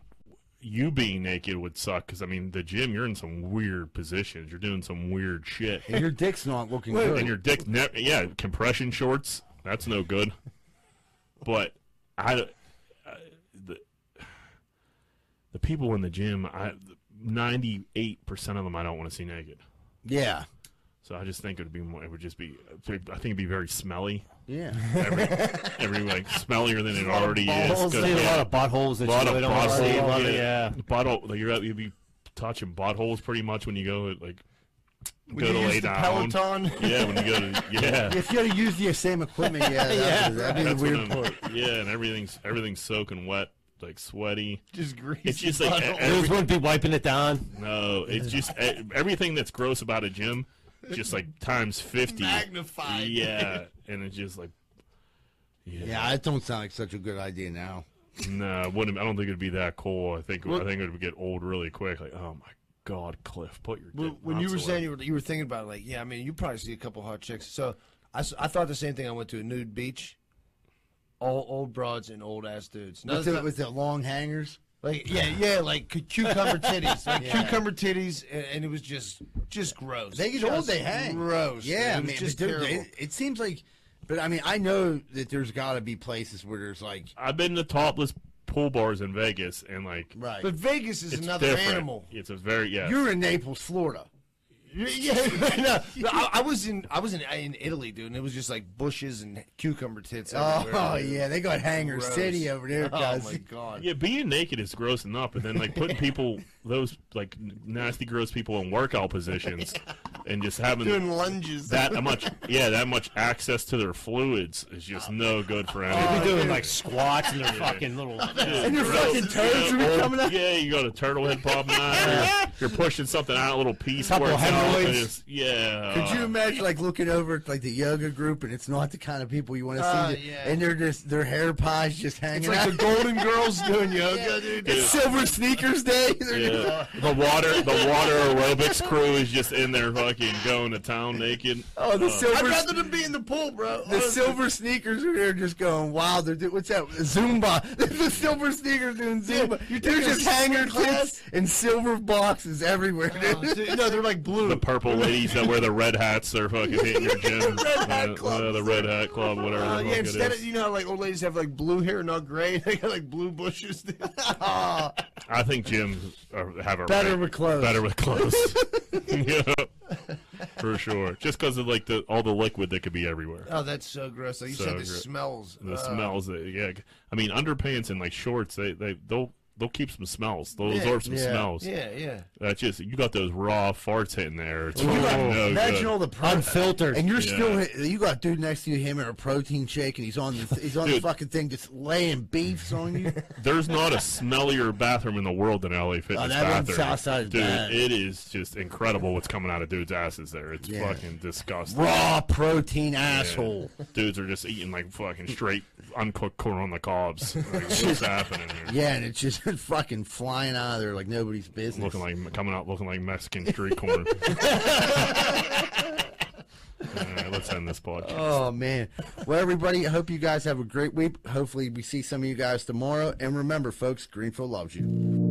you being naked would suck because I mean the gym you're in some weird positions. You're doing some weird shit, And your dick's not looking and good. your dick ne- yeah compression shorts that's no good. But I I- the the people in the gym I. 98% of them I don't want to see naked. Yeah. So I just think it would be more, it would just be, I think it'd be very smelly. Yeah. every, every like smellier than it already is. 'cause, See a lot yeah, of buttholes that a lot of you really don't want to see. A lot buttholes. of- Yeah, Yeah. butthole. Like you're out- you'd be touching buttholes pretty much when you go like When go to you lay use the down. (laughs) Peloton. Yeah, when you go (laughs) to yeah. If you had to use the same equipment, yeah, that would- that'd be That's the when weird I'm- part. yeah, and everything's everything's soaking wet, like sweaty. Just grease. It's just like e- Those every- wouldn't be wiping it down. no, it's just e- everything that's gross about a gym, just like times fifty. Magnified. Yeah, and it's just like Yeah, it don't sound like such a good idea now. No, it wouldn't. I don't think it'd be that cool. I think Well- I think it would get old really quick. Like, oh my god, Cliff, put your Well, dick when you were nuts saying away. you were, you were thinking about it, like, yeah, I mean, you probably see a couple hot chicks. So I, s- I thought the same thing. I went to a nude beach, all old broads and old ass dudes. No, With the, with the long hangers. like, yeah, yeah, like (laughs) cu- cucumber titties, like cucumber titties, and, and it was just, just gross. They get Just old, they hang. Gross. Yeah, it I was mean, just but dude, terrible. it, it seems like, but I mean, I know that there's got to be places where there's like, I've been to topless pool bars in Vegas, and like, right. but Vegas is it's another different. animal. It's a very yeah. you're in Naples, Florida. (laughs) Yeah, no, no, I, I was in, I was in, in Italy, dude, and it was just like bushes and cucumber tits. (laughs) Oh, everywhere, dude. yeah, they got Hanger Gross. City over there, Oh guys. my (laughs) god. yeah, being naked is gross enough, but then like (laughs) putting people, those like n- nasty, gross people in workout (laughs) positions, and just having Doing (laughs) lunges. that much, yeah, that much access to their fluids is just no good (laughs) Oh. for anyone. They're doing like squats (laughs) and they're fucking little. And your fucking toes would be coming out. Oh, Yeah, you got a turtle head popping out. You're, you're pushing something out, a little piece. Couple works out, hemorrhoids. and it's- Yeah. Could you imagine like looking over at like the yoga group and it's not the kind of people you want to Oh, see, the- yeah. and they're just their hair pies just hanging It's (laughs) like the out. Golden Girls doing yoga, dude. It's Silver Sneakers Day. They're just- Yeah. The water, the water aerobics crew is just in there fucking going to town naked. Oh, the I'd silver. rather than be in the pool, bro. The silver sneakers are there just going wild. They're do- what's that? Zumba. (laughs) the silver sneakers doing Zumba. you're They're taking a just hanger swim class? Oh, clips and silver boxes everywhere. dude. (laughs) Dude, (laughs) no, they're like blue. The purple ladies that wear the red hats, they're fucking hitting your gym. Red hat Uh, club. uh, the red hat club, whatever. Uh, the yeah, fuck it instead is. of you know, how, like old ladies have like blue hair, not gray. (laughs) They got like blue bushes. dude. oh, I think gyms are, have a Better right- with clothes. Better with clothes. (laughs) yeah, for sure. Just because of like the all the liquid that could be everywhere. that's so gross. Like you So said, the gross. smells. the uh, smells that yeah i mean underpants and like shorts they, they they'll they'll keep some smells they'll Yeah, absorb some yeah, smells Yeah, yeah. that's just you got those raw farts hitting there it's You got- fucking no imagine good. all the pro- Unfiltered. and you're Yeah. still hit- you got a dude next to you, him in a protein shake, and he's on the he's on the Dude. fucking thing just laying beefs on (laughs) you. there's not (laughs) a smellier bathroom in the world than la fitness Oh, that one bathroom Southside is dude bad. it is just incredible what's coming out of dudes asses there it's Yeah. fucking disgusting Raw protein asshole. dudes are just eating like fucking straight uncooked corn on the (laughs) cobs like, what's happening here Yeah, and it's just (laughs) fucking flying out of there like nobody's business. looking like coming out looking like Mexican (laughs) street corn. All right, let's end this podcast. Oh man. Well everybody, I hope you guys have a great week. Hopefully we see some of you guys tomorrow. And remember folks, Greenfield loves you.